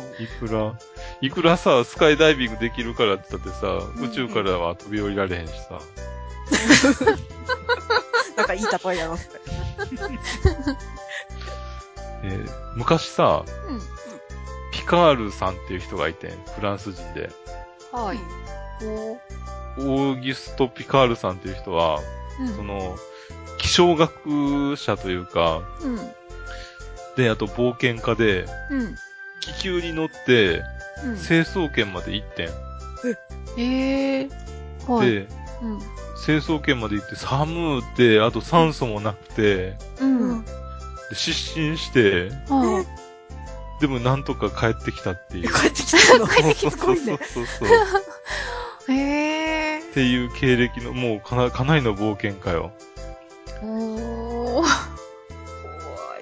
[SPEAKER 3] う
[SPEAKER 2] [LAUGHS] いくら、いくらさ、スカイダイビングできるからって言ったってさ、
[SPEAKER 3] んうん
[SPEAKER 2] 宇宙からは飛び降りられへんしさ。
[SPEAKER 3] なんかいい例えやな。
[SPEAKER 2] えー昔さ、
[SPEAKER 1] うん
[SPEAKER 2] ピカールさんっていう人がいてん、フランス人で。
[SPEAKER 1] はい。お
[SPEAKER 2] オーギュスト・ピカールさんっていう人は、
[SPEAKER 1] うん
[SPEAKER 2] その、気象学者というか、
[SPEAKER 1] うん。
[SPEAKER 2] で、あと冒険家で、
[SPEAKER 1] うん。
[SPEAKER 2] 気球に乗って、
[SPEAKER 1] うん。
[SPEAKER 2] 成層圏まで行ってん。
[SPEAKER 1] ええはい。
[SPEAKER 2] で、
[SPEAKER 1] うん。
[SPEAKER 2] 成層圏まで行って寒うて、あと酸素もなくて、
[SPEAKER 1] うん。
[SPEAKER 2] で失神して、
[SPEAKER 1] はい。
[SPEAKER 2] でもなんとか帰ってきたっていう。
[SPEAKER 3] 帰ってきたの。
[SPEAKER 2] そう
[SPEAKER 3] き
[SPEAKER 2] そう
[SPEAKER 3] たすご
[SPEAKER 2] そう
[SPEAKER 3] いね
[SPEAKER 2] そうそう。
[SPEAKER 1] へえ
[SPEAKER 2] っていう経歴の、もうかな、かなりの冒険家よ。
[SPEAKER 1] おー。
[SPEAKER 3] 怖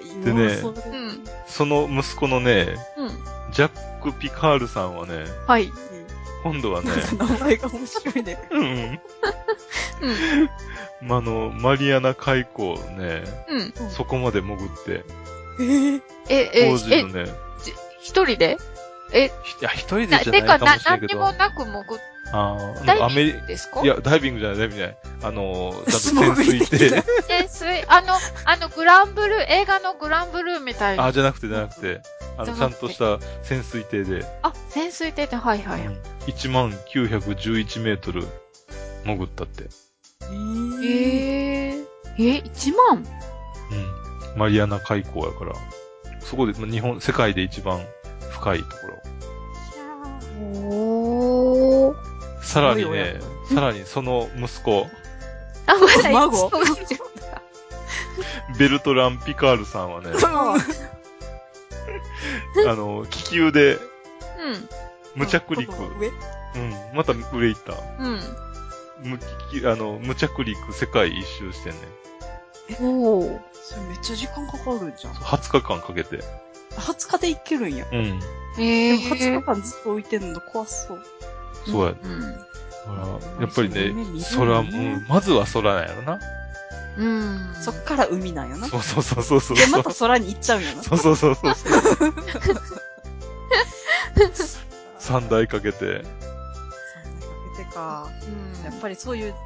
[SPEAKER 3] い
[SPEAKER 2] でね
[SPEAKER 3] そうれ
[SPEAKER 1] ん。
[SPEAKER 2] その息子のね、
[SPEAKER 1] うん。
[SPEAKER 2] ジャック・ピカールさんはね、
[SPEAKER 1] はい。
[SPEAKER 2] 今度は
[SPEAKER 3] [LAUGHS]
[SPEAKER 2] ね、
[SPEAKER 3] なんか名前が面白いね。
[SPEAKER 2] うん。
[SPEAKER 1] うん。
[SPEAKER 2] まあ、あの、マリアナ海溝ね、
[SPEAKER 1] うん。
[SPEAKER 2] そこまで潜って、
[SPEAKER 3] ええ
[SPEAKER 1] え、え
[SPEAKER 2] 当、時
[SPEAKER 1] え
[SPEAKER 2] の、ね、
[SPEAKER 1] じ一人でえ、
[SPEAKER 2] ひいや、一人でじゃな
[SPEAKER 1] な、
[SPEAKER 2] い
[SPEAKER 1] て
[SPEAKER 2] か
[SPEAKER 1] か、
[SPEAKER 2] もし
[SPEAKER 1] な、
[SPEAKER 2] れ
[SPEAKER 1] 何
[SPEAKER 2] んけど、
[SPEAKER 1] にもなく潜っ
[SPEAKER 2] あー
[SPEAKER 1] ダ
[SPEAKER 2] あの、アメ
[SPEAKER 1] イビ
[SPEAKER 2] リ
[SPEAKER 1] ングですか
[SPEAKER 2] いや、ダイビングじゃない、ダイビングじゃない。あの、ちゃんと
[SPEAKER 3] 素潜
[SPEAKER 2] 潜
[SPEAKER 3] り
[SPEAKER 2] 水艇。
[SPEAKER 1] 潜水、あの、あの、グランブルー、映画のグランブルーみた
[SPEAKER 2] [LAUGHS]
[SPEAKER 1] い
[SPEAKER 2] あ、
[SPEAKER 1] な。
[SPEAKER 2] じゃなくて、じゃなくて、あ
[SPEAKER 1] じゃ
[SPEAKER 2] の、ち
[SPEAKER 1] な
[SPEAKER 2] ゃ
[SPEAKER 1] く
[SPEAKER 2] ん
[SPEAKER 1] て
[SPEAKER 2] とした潜水艇で、
[SPEAKER 1] あ、潜水艇って、はいはい。
[SPEAKER 2] 1911メートル潜ったって。
[SPEAKER 3] ええ
[SPEAKER 1] えええ、1万
[SPEAKER 2] うん。マリアナ海溝やから、そこで、まあ日本、世界で一番深いところ。
[SPEAKER 1] おー。
[SPEAKER 2] さらに
[SPEAKER 3] すごいよ、
[SPEAKER 2] ねさらにその息子、
[SPEAKER 1] あ、まだ
[SPEAKER 3] 孫
[SPEAKER 1] そうなんだ
[SPEAKER 2] ベルトラン・ピカールさん
[SPEAKER 1] [LAUGHS]
[SPEAKER 2] はね、あの、気球で無着陸、
[SPEAKER 3] 上
[SPEAKER 2] うん、また上行った。
[SPEAKER 1] うん。
[SPEAKER 2] 無気球あの、無着陸世界一周してんね。
[SPEAKER 1] うん。おー。
[SPEAKER 3] それめっちゃ時間かかるんじゃん。
[SPEAKER 2] 20日間かけて。
[SPEAKER 3] 20日で行けるんや。
[SPEAKER 2] うん。
[SPEAKER 1] え
[SPEAKER 3] で
[SPEAKER 1] え
[SPEAKER 3] も20日間ずっと置いてんの怖そう。
[SPEAKER 2] そうや。だ
[SPEAKER 1] うん。
[SPEAKER 2] からやっぱり
[SPEAKER 3] そういう目見るよ
[SPEAKER 2] ね、
[SPEAKER 3] ね
[SPEAKER 2] 空も、うんまずは空なんやろな。
[SPEAKER 1] うん。
[SPEAKER 3] そっから海なんやな。
[SPEAKER 2] そうそうそうそうそう。
[SPEAKER 3] で、また空に行っちゃうんやな。
[SPEAKER 2] そうそうそうそ
[SPEAKER 3] [LAUGHS]
[SPEAKER 2] うそう。三台かけて。
[SPEAKER 3] てか、
[SPEAKER 1] うん
[SPEAKER 3] やっぱりそういうね、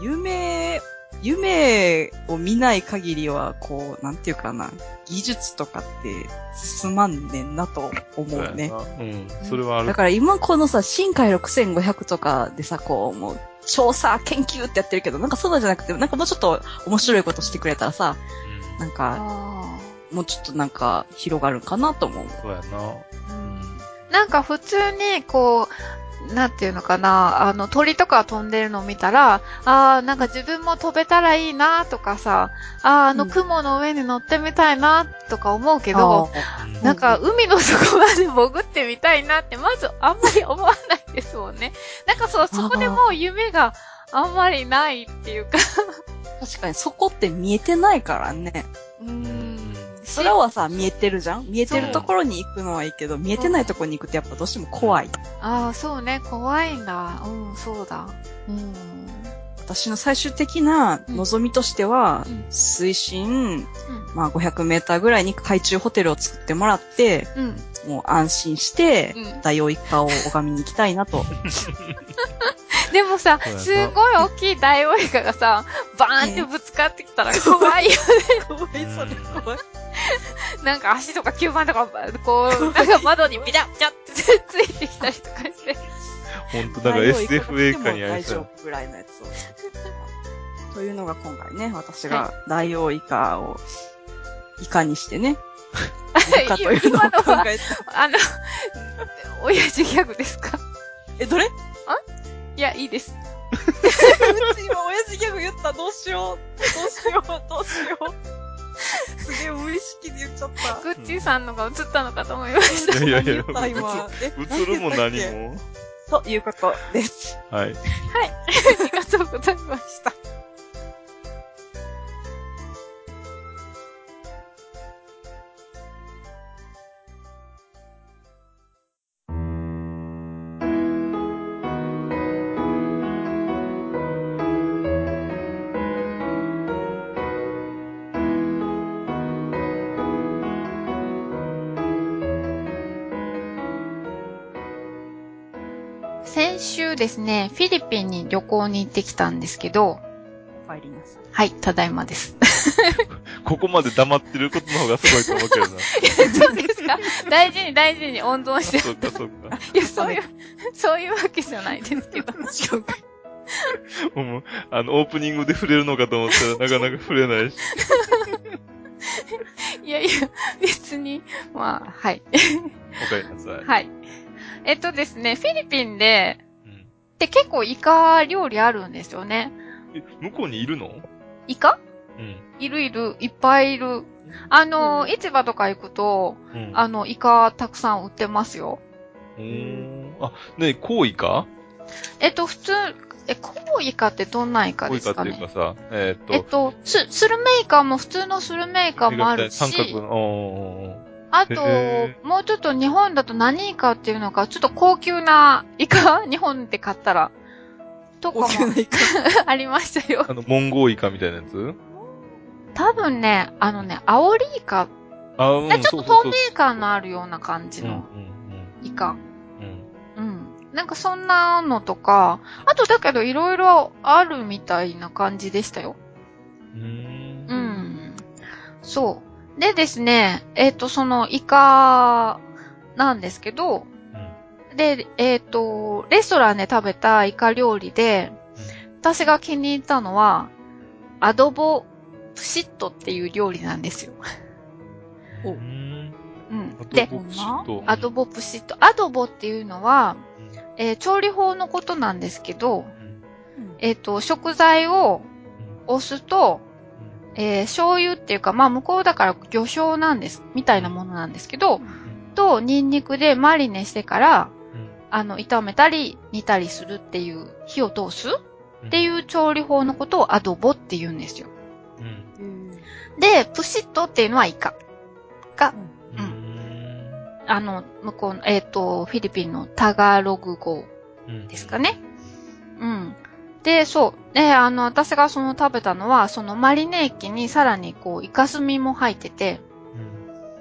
[SPEAKER 3] 夢、夢を見ない限りは、こう、なんていうかな、技術とかって進まんねんなと思うね。
[SPEAKER 2] そうやなうん。それはあ
[SPEAKER 3] だ
[SPEAKER 2] る。
[SPEAKER 3] から今このさ、深海6500とかでさ、こう、もう、調査、研究ってやってるけど、なんかそうなんじゃなくて、なんかもうちょっと面白いことしてくれたらさ、
[SPEAKER 2] うん
[SPEAKER 3] なんか、
[SPEAKER 1] あ
[SPEAKER 3] もうちょっとなんか広がるかなと思う。
[SPEAKER 2] そうやな。
[SPEAKER 1] ーうんなんか普通に、こう、なんていうのかな、あの、鳥とか飛んでるのを見たら、ああ、なんか自分も飛べたらいいなとかさ、ああ、あの
[SPEAKER 3] うん
[SPEAKER 1] 雲の上に乗ってみたいなとか思うけど、
[SPEAKER 2] うん
[SPEAKER 1] なんか海の底まで潜ってみたいなって、まずあんまり思わないですもんね。なんかそう、そこでもう夢があんまりないっていうか、
[SPEAKER 3] 確かにそこって見えてないからね。
[SPEAKER 1] うーん。
[SPEAKER 3] 空はさ、見えてるじゃん見えてるところに行くのはいいけど、見えてないところに行くってやっぱどうしても怖い。
[SPEAKER 1] ああ、そうね、怖いんだ。うん、そうだ。うん。
[SPEAKER 3] 私の最終的な望みとしては、
[SPEAKER 1] うん
[SPEAKER 3] 水深、まあ、500メーターぐらいに海中ホテルを作ってもらって、
[SPEAKER 1] うん。うん。
[SPEAKER 3] もう安心して、
[SPEAKER 1] うん
[SPEAKER 3] ダイオウイカを拝みに行きたいなと。
[SPEAKER 1] [LAUGHS] でもさ
[SPEAKER 2] そうや、な
[SPEAKER 1] すごい大きいダイオウイカがさ、バーンってぶつかってきたら怖いよ。
[SPEAKER 3] 怖い
[SPEAKER 2] それ怖
[SPEAKER 3] い。
[SPEAKER 1] なんか足とか吸盤とか、こ
[SPEAKER 2] [LAUGHS]
[SPEAKER 1] う、なんか窓にビラッビラってついてきたりとかして。
[SPEAKER 2] ほんと、だから SF 映画にあ
[SPEAKER 3] 大
[SPEAKER 2] りそ
[SPEAKER 3] 丈
[SPEAKER 2] う。
[SPEAKER 3] 夫ぐらいのやつ [LAUGHS] を。というのが今回ね、私がダイオウイカを、いかにしてね、いるかというのを
[SPEAKER 1] 今の
[SPEAKER 3] 考
[SPEAKER 1] は、
[SPEAKER 3] えて。
[SPEAKER 1] あの、親父ギャグですか
[SPEAKER 3] え、どれ
[SPEAKER 1] いや、いいです。
[SPEAKER 3] うち今親父ギャグ言った。どうしよう。どうしよう。どうしよう。すげえ無意識で言っちゃった。
[SPEAKER 1] グッチーさんのが映ったのかと思いました。
[SPEAKER 2] いやいやいや
[SPEAKER 3] 何言った今。
[SPEAKER 2] 映るも何
[SPEAKER 3] え。
[SPEAKER 2] も。
[SPEAKER 3] ということです。
[SPEAKER 2] はい。
[SPEAKER 1] ありがとうございました。先週ですね、フィリピンに旅行に行ってきたんですけど、
[SPEAKER 3] お帰りなさい。
[SPEAKER 1] はい、ただいまです。
[SPEAKER 2] ここまで黙ってることの方がすごいと思うけどな。
[SPEAKER 1] そうですか大事に大事に温存
[SPEAKER 2] あ
[SPEAKER 1] して。
[SPEAKER 2] そっかそっか。
[SPEAKER 1] いや、そういう、そういうわけじゃないですけど。
[SPEAKER 3] 違うか。
[SPEAKER 2] もう、あの、オープニングで触れるのかと思ったら、 [LAUGHS] なかなか触れないし。
[SPEAKER 1] いやいや、別に、まあ、はい。 [LAUGHS]
[SPEAKER 2] おかえりなさい。
[SPEAKER 1] はい。えっとですね、フィリピンで、
[SPEAKER 2] うん
[SPEAKER 1] って結構イカ料理あるんですよね。
[SPEAKER 2] え向こうにいるの
[SPEAKER 1] イカ
[SPEAKER 2] うん。
[SPEAKER 1] いるいる、いっぱいいる。あの、
[SPEAKER 3] うん
[SPEAKER 1] 市場とか行くと、
[SPEAKER 2] うん
[SPEAKER 1] あの、イカたくさん売ってますよ。
[SPEAKER 2] うーんあ、ねコウイカ
[SPEAKER 1] えっと、普通、え、コウイカってどんなイカ
[SPEAKER 2] コウ
[SPEAKER 1] で
[SPEAKER 2] イ
[SPEAKER 1] す
[SPEAKER 2] カ
[SPEAKER 1] か
[SPEAKER 2] っていう
[SPEAKER 1] ね
[SPEAKER 2] かさ、えーっ
[SPEAKER 1] えっ
[SPEAKER 2] と、
[SPEAKER 1] と、ススルメイカも普通のスルメイカもあるし、
[SPEAKER 2] 三角の、
[SPEAKER 1] あと
[SPEAKER 2] へ、
[SPEAKER 1] もうちょっと日本だと何イカっていうのか、ちょっと高級なイカ [LAUGHS] 日本で買ったら、とかも
[SPEAKER 3] 高級なイカ。
[SPEAKER 1] [LAUGHS] ありましたよ
[SPEAKER 2] あ。の、モンゴウイカみたいなやつ
[SPEAKER 1] 多分ね、あのね、アオリイカ、
[SPEAKER 2] あ、うん
[SPEAKER 1] ちょっと透明感の
[SPEAKER 2] あ
[SPEAKER 1] あるような感じ
[SPEAKER 2] うん、うん
[SPEAKER 1] のイカ。
[SPEAKER 2] うん、うん。
[SPEAKER 1] うん。なんかそんなのとか、あとだけどいろいろあるみたいな感じでしたよ。
[SPEAKER 2] う。
[SPEAKER 1] うんん。そう。でですね、えっ、と、そのイカなんですけど、で、えっ、と、レストランで食べたイカ料理で、私が気に入ったのは、アドボプシットっていう料理なんですよ。
[SPEAKER 3] お
[SPEAKER 2] うん。
[SPEAKER 1] うん。
[SPEAKER 2] ア
[SPEAKER 1] で
[SPEAKER 2] ド、ボプシット
[SPEAKER 1] アドボプシット。アドボっていうのは、
[SPEAKER 2] うん
[SPEAKER 1] えー調理法のことなんですけ
[SPEAKER 2] う
[SPEAKER 1] ど、
[SPEAKER 2] ん
[SPEAKER 1] えっ、と、食材を押すと、えー醤油っていうか、まあ向こうだから魚醤なんです、みたいなものなんですけど、と、ニンニクでマリネしてから、あの、炒めたり、煮たりするっていう、火を通すっていうう調理法のことをアドボって言うんですよ。
[SPEAKER 2] ん。うん。
[SPEAKER 1] で、プシッとっていうのはイカ。
[SPEAKER 2] うん。
[SPEAKER 1] あの、向こうの、えっ、と、フィリピンのタガログ語
[SPEAKER 2] うん
[SPEAKER 1] ですか。ね。うん。で、そう。で、あの、私がその食べたのは、そのマリネ液にさらにこう、イカスミも入ってて、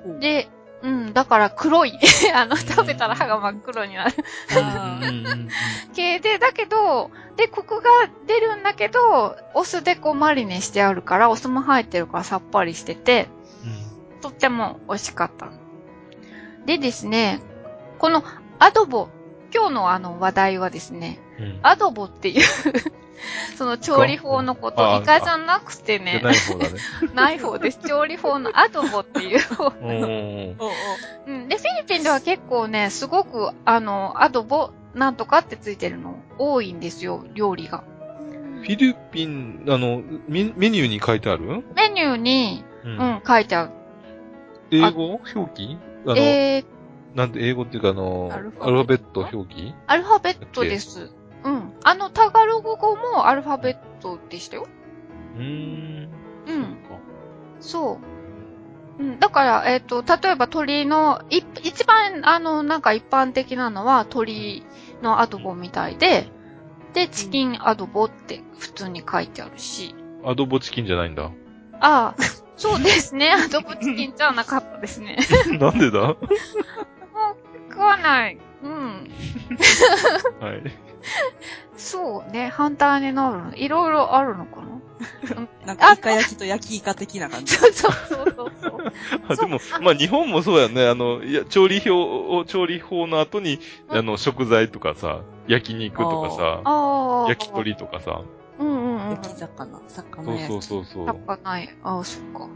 [SPEAKER 2] うん
[SPEAKER 1] で、うん、だから黒い。 [LAUGHS] あ
[SPEAKER 2] う
[SPEAKER 1] の、
[SPEAKER 2] ん
[SPEAKER 1] 食べたら歯が真っ黒になる
[SPEAKER 3] あ
[SPEAKER 2] うんうんうん
[SPEAKER 1] 系で、だけど、で、コクが出るんだけど、お酢でこうマリネしてあるから、お酢も入ってるからさっぱりしてて、とっても美味しかった。でですね、このアドボ、今日のあの話題はですね、
[SPEAKER 2] うんうん
[SPEAKER 1] アドボっていう、 [LAUGHS] その調理法のこ
[SPEAKER 2] あ
[SPEAKER 1] と、イカじゃなくて
[SPEAKER 2] じゃ
[SPEAKER 1] ね、
[SPEAKER 2] ない方だね。
[SPEAKER 1] [LAUGHS] ない方です。調理法のアドボって
[SPEAKER 2] [LAUGHS]
[SPEAKER 1] いう方。
[SPEAKER 2] うんうん
[SPEAKER 3] おうおう
[SPEAKER 1] うん。で、フィリピンでは結構ね、すごく、あの、アドボ、なんとかってついてるの多いんですよ、料理が。
[SPEAKER 2] うんフィリピン、あの、メメニューに書いてある
[SPEAKER 1] メニューに、
[SPEAKER 2] う
[SPEAKER 1] う。ん、書いてある。
[SPEAKER 2] 英語表記あの、
[SPEAKER 1] えー、
[SPEAKER 2] なんて英語っていうかあの、
[SPEAKER 1] ア
[SPEAKER 2] ア
[SPEAKER 1] ル
[SPEAKER 2] ル
[SPEAKER 1] フ
[SPEAKER 2] フ
[SPEAKER 1] ァベット
[SPEAKER 2] ァベット表記
[SPEAKER 1] アルファベットです。うん。あの、タガログ語もアルファベットでしたよ。
[SPEAKER 2] うーん。
[SPEAKER 1] うん。そう。うん、だから、えっ、と、例えば鳥の、い、一番、あの、なんか一般的なのは鳥のアドボみたいで、で、チキンアドボって普通に書いてあるし。
[SPEAKER 2] アドボチキンじゃないん
[SPEAKER 1] [LAUGHS]
[SPEAKER 2] だ。
[SPEAKER 1] ああ、そうですね。アドボチキンじゃなかったです [LAUGHS] ね。
[SPEAKER 2] なんでだは
[SPEAKER 1] 食わない。うん。
[SPEAKER 2] い。
[SPEAKER 1] そうね。反対になるの。いろいろあるの [LAUGHS] かな
[SPEAKER 3] なんか、イカ焼きと焼きイカ的な感じ。
[SPEAKER 1] そうそうそうそうそう。
[SPEAKER 2] あでも、まあ日本もそうやね。あの、いや、調理表を、調理法の後に、
[SPEAKER 1] うん
[SPEAKER 2] あの、食材とかさ、焼肉とかさ、
[SPEAKER 1] ああ。
[SPEAKER 2] 焼き。鳥とかさ、
[SPEAKER 1] うんうんうん。
[SPEAKER 3] 焼き魚、魚
[SPEAKER 2] そう
[SPEAKER 3] 焼き。
[SPEAKER 2] そうそうそう。
[SPEAKER 1] やっ
[SPEAKER 2] っ
[SPEAKER 1] ぱない。ああ、そっか。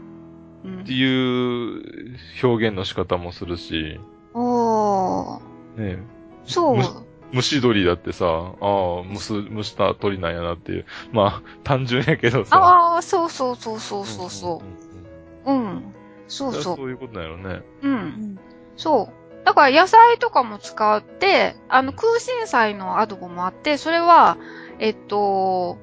[SPEAKER 1] うん
[SPEAKER 2] て。いう表現の仕方もするし、
[SPEAKER 1] ああ。
[SPEAKER 2] ね
[SPEAKER 1] そう
[SPEAKER 2] む。蒸し鶏だってさ、ああ、蒸す、蒸した鳥なんやなっていう。まあ、単純やけどさ。あ、
[SPEAKER 1] ああ、そうそうそうそうそうそ
[SPEAKER 2] んんんん
[SPEAKER 1] う。うん。そう
[SPEAKER 2] そ
[SPEAKER 1] そう
[SPEAKER 2] いうことなんやろね。
[SPEAKER 1] う。
[SPEAKER 3] う
[SPEAKER 1] う。
[SPEAKER 3] んん
[SPEAKER 1] そう。だから野菜とかも使って、あの、空心菜のアドボもあって、それは、えっと、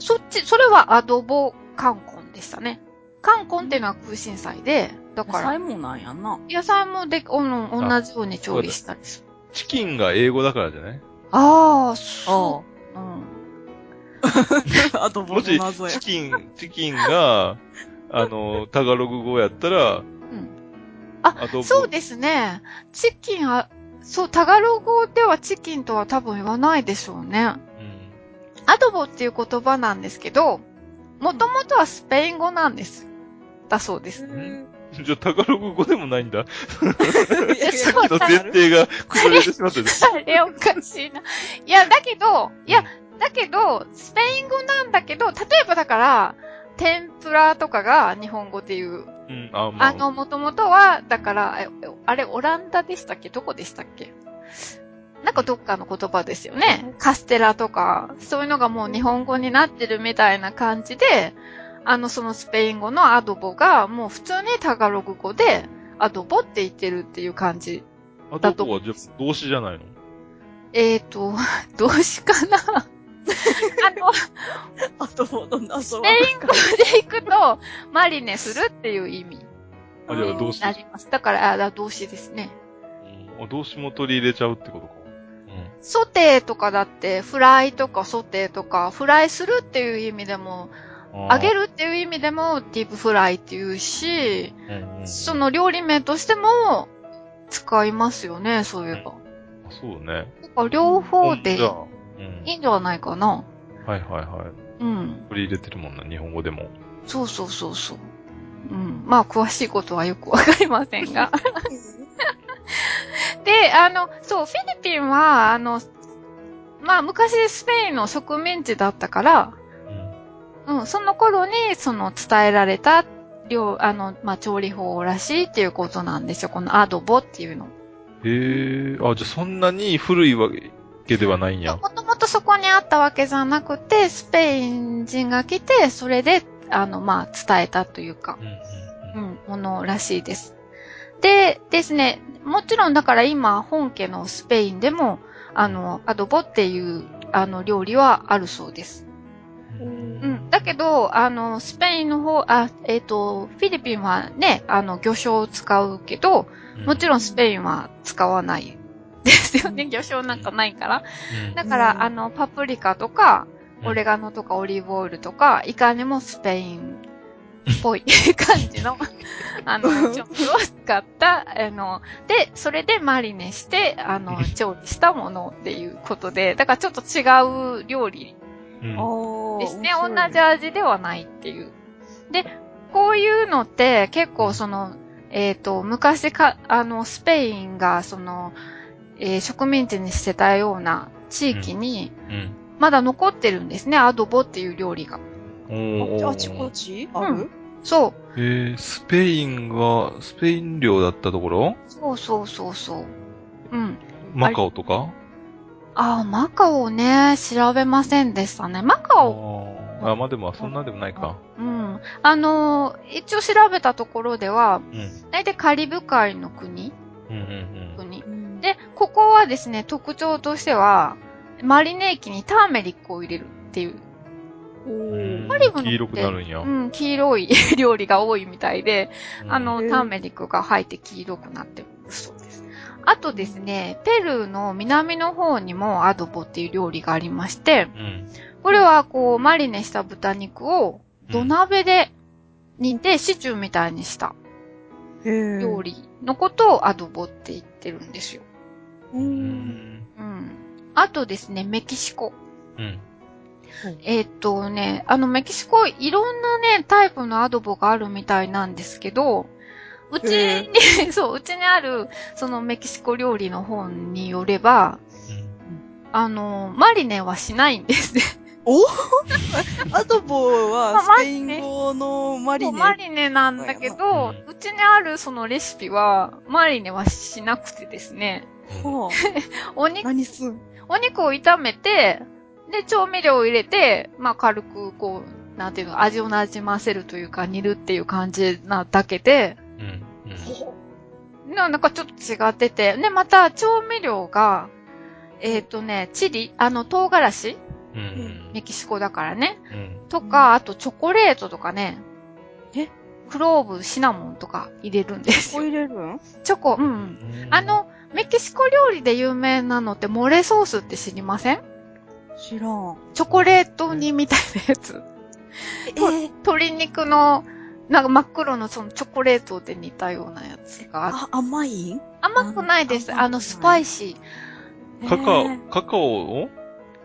[SPEAKER 1] そっち、それはアドボカンコンでしたね。カンコンっていうのは空心菜で、だ
[SPEAKER 3] 野
[SPEAKER 1] から、
[SPEAKER 3] 菜もなんやな。
[SPEAKER 1] 野菜もで、おの同じように調理したりする。
[SPEAKER 2] チキンが英語だからじゃない
[SPEAKER 1] ああ、そう。うん。
[SPEAKER 3] あと、
[SPEAKER 2] も
[SPEAKER 3] 僕
[SPEAKER 2] し
[SPEAKER 3] の謎、や
[SPEAKER 2] チ。キン、チキン
[SPEAKER 1] [LAUGHS]
[SPEAKER 2] が、あの、タガログ語やったら、
[SPEAKER 1] あ
[SPEAKER 2] アドボ
[SPEAKER 1] そうですね。チキンは、そう、タガログ語ではチキンとは多分言わないでしょうね。
[SPEAKER 2] うん
[SPEAKER 1] アドボっていう言葉なんですけど、もともとはスペイン語なんです。だそうです。
[SPEAKER 2] じゃあ、タガログ語でも
[SPEAKER 1] [LAUGHS]
[SPEAKER 2] ないんだ。
[SPEAKER 1] そ
[SPEAKER 2] さ
[SPEAKER 1] う
[SPEAKER 2] っきの前提が崩れてしまってる。
[SPEAKER 1] あれおかしいな。いや、だけど、いや、だけど、スペイン語なんだけど、例えばだから、天ぷらとかが日本語で言う。
[SPEAKER 2] うん、あ、まあ、
[SPEAKER 1] あの、もともとは、だから、えあれ、オランダでしたっけどこでしたっけなんかどっかの言葉ですよね。カステラとか、そういうのがもう日本語になってるみたいな感じで、あの、そのスペイン語のアドボが、もう普通にタガログ語で、アドボって言ってるっていう感じ。
[SPEAKER 2] アドボはじゃあ動詞じゃないの
[SPEAKER 1] えーと、 [LAUGHS] どうしかな。
[SPEAKER 2] [LAUGHS]
[SPEAKER 1] あの、ス
[SPEAKER 3] あと、僕の謎
[SPEAKER 1] ペ
[SPEAKER 3] は。
[SPEAKER 1] イン語で行くと、マリネするっていう意味に
[SPEAKER 2] あ、じゃあ動詞。
[SPEAKER 1] なります。だから、あだ動詞ですね。
[SPEAKER 2] うん動詞も取り入れちゃうってことか。
[SPEAKER 1] ソテーとかだって、フライとかソテーとか、フライするっていう意味でも、
[SPEAKER 2] うん。
[SPEAKER 1] 揚げ
[SPEAKER 2] る
[SPEAKER 1] るっていう意味でも、ディープフライっていうし、そ、
[SPEAKER 2] うんうん
[SPEAKER 1] の料理名としても、使いますよね、そういえば。
[SPEAKER 2] あそうね。
[SPEAKER 1] だから両方で
[SPEAKER 2] じゃあ、うん
[SPEAKER 1] いいんじゃないかな。
[SPEAKER 2] はいはいはい。
[SPEAKER 1] うん。
[SPEAKER 2] 取り入れてるもんな、日本語でも。
[SPEAKER 1] そうそうそうそう。うん。まあ、詳しいことはよくわかりません
[SPEAKER 2] [LAUGHS]
[SPEAKER 1] が。で、あの、そう、フィリピンは、あの、まあ、昔スペインの植民地だったから、
[SPEAKER 2] うん。
[SPEAKER 1] うん、その頃に、その伝えられた、料、あの、まあ、調理法らしいっていうことなんですよ。このアドボっていうの。
[SPEAKER 2] へえ、あ、じゃあそんなに古いわけではないんや。
[SPEAKER 1] もともとそこにあったわけじゃなくて、スペイン人が来て、それで、あの、まあ、伝えたというか
[SPEAKER 2] う、んうん
[SPEAKER 1] う
[SPEAKER 2] うん
[SPEAKER 1] ん、ものらしいです。で、ですね、もちろんだから今、本家のスペインでも、あの、アドボっていう、あの、料理はあるそうです。
[SPEAKER 2] うん
[SPEAKER 1] うん。だけど、あの、スペインの方、あ、えっ、と、フィリピンはね、あの、魚醤を使うけど、もちろんスペインは使わない。ですよね。魚醤なんかないから。だから、
[SPEAKER 3] うん
[SPEAKER 1] あの、パプリカとか、
[SPEAKER 2] うん
[SPEAKER 1] オレガノとかオリーブオイルとか、いかにもスペインっぽい [LAUGHS] 感じの、あの、調味料を使った、あの、で、それでマリネして、あの、調理したものっていうことで、だからちょっと違う料理
[SPEAKER 2] うんうん
[SPEAKER 3] お
[SPEAKER 1] ですね。同じ味ではないっていう。で、こういうのって結構その、えっ、と、昔か、あの、スペインがその、えー植民地にしてたような地域に、
[SPEAKER 2] うん
[SPEAKER 1] まだ残ってるんですね、アドボっていう料理が。
[SPEAKER 2] おーおー
[SPEAKER 3] あちこちあ
[SPEAKER 1] う
[SPEAKER 3] る
[SPEAKER 1] そう。
[SPEAKER 2] えー、スペインが、スペイン領だったところ
[SPEAKER 1] そうそうそうそう。うん。
[SPEAKER 2] マカオとか
[SPEAKER 1] ああ、マカオね、調べませんでしたね。マカオ、
[SPEAKER 2] あーあ、まあでも、そんなでもないか。
[SPEAKER 1] うん。あのー一応調べたところでは、
[SPEAKER 2] うん。
[SPEAKER 1] 大体カリブ海の国
[SPEAKER 2] うんうんうん。
[SPEAKER 1] 国。で、ここはですね、特徴としては、マリネ液にターメリックを入れるっていう。
[SPEAKER 3] お
[SPEAKER 2] うん
[SPEAKER 3] ー
[SPEAKER 1] マリブのって
[SPEAKER 2] 黄色くなるんや。
[SPEAKER 1] うん、黄色い [LAUGHS] 料理が多いみたいで、あの
[SPEAKER 3] へ、ー
[SPEAKER 1] ターメリックが入って黄色くなってるそうです。あとですね、ペルーの南の方にもアドボっていう料理がありまして、
[SPEAKER 2] うん、うん。
[SPEAKER 1] これはこう、マリネした豚肉を土鍋で煮てシチューみたいにした料
[SPEAKER 3] 料理。
[SPEAKER 1] 理のことをアドボって言ってるんですよ。
[SPEAKER 3] う
[SPEAKER 2] うんん。
[SPEAKER 1] うん。あとですね、メキシコ。
[SPEAKER 2] うん。
[SPEAKER 1] えーっとね、あの、メキシコいろんなね、タイプのアドボがあるみたいなんですけど、うち
[SPEAKER 3] へ
[SPEAKER 1] に、 [LAUGHS] そう、うちにある、そのメキシコ料理の本によれば、あの、マリネはしないんですね。
[SPEAKER 3] アドボは
[SPEAKER 1] まあ
[SPEAKER 3] スペイン語のマリ
[SPEAKER 1] もう
[SPEAKER 3] ネ。
[SPEAKER 1] マリネなんだけど、うちにあるそのレシピは、マリネはしなくてですね、
[SPEAKER 2] うん。
[SPEAKER 3] はあ
[SPEAKER 1] お肉
[SPEAKER 3] 何すん
[SPEAKER 1] お肉を炒めて、で、調味料を入れて、まあ軽くこう、なんていうの、味をなじませるというか、煮るっていう感じなだけで、
[SPEAKER 2] うん。
[SPEAKER 1] ななんかちょっと違ってて。で、また調味料が、えっ、とね、チリ、あの、唐辛子
[SPEAKER 2] うん。うん。
[SPEAKER 1] メキシコだからね。
[SPEAKER 2] うん。
[SPEAKER 1] と
[SPEAKER 3] う
[SPEAKER 1] か、あとチョコレートとかね。
[SPEAKER 3] え
[SPEAKER 1] クローブ、シナモンとか入れるんです
[SPEAKER 3] こう
[SPEAKER 1] よ。
[SPEAKER 3] 入れるん
[SPEAKER 1] チョコ、う
[SPEAKER 2] うん
[SPEAKER 1] うん。あ、の、メキシコ料理で有名なのってモレソースって知りません
[SPEAKER 3] 知らん。
[SPEAKER 1] チョコレート煮みたいなやつ。
[SPEAKER 3] ええ。
[SPEAKER 1] 鶏肉の、なんか真っ黒のそのチョコレートで似たようなやつがあって
[SPEAKER 3] あ、甘いん
[SPEAKER 1] 甘くないです。
[SPEAKER 3] あ
[SPEAKER 1] あの、スパイシー。
[SPEAKER 2] カカ
[SPEAKER 3] へ
[SPEAKER 2] オ
[SPEAKER 3] え、
[SPEAKER 2] カカオを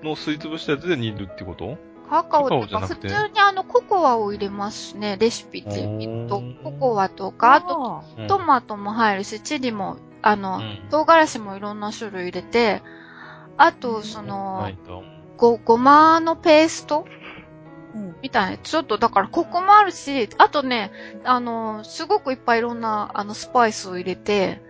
[SPEAKER 2] のすりつぶしたやつで煮るってこと
[SPEAKER 1] カカ
[SPEAKER 2] カ
[SPEAKER 1] オと
[SPEAKER 2] カオじゃ
[SPEAKER 1] か、
[SPEAKER 2] な
[SPEAKER 1] 普
[SPEAKER 2] くて
[SPEAKER 1] 通にあの、ココアを入れますね、レシピって見る
[SPEAKER 2] お
[SPEAKER 1] と
[SPEAKER 2] ー。
[SPEAKER 1] ココアとか、あと、
[SPEAKER 3] あ
[SPEAKER 2] うん
[SPEAKER 1] トマトも入るし、チリも、あの、
[SPEAKER 2] うん
[SPEAKER 1] 唐辛子もいろんな種類入れて、あと、そ
[SPEAKER 2] な
[SPEAKER 1] の
[SPEAKER 2] い、と。
[SPEAKER 1] ご、ごまのペースト
[SPEAKER 3] うん
[SPEAKER 1] みたいな。ちょっと、だから、コクもあるし、あとね、あの、すごくいっぱいいろんな、あの、スパイスを入れて、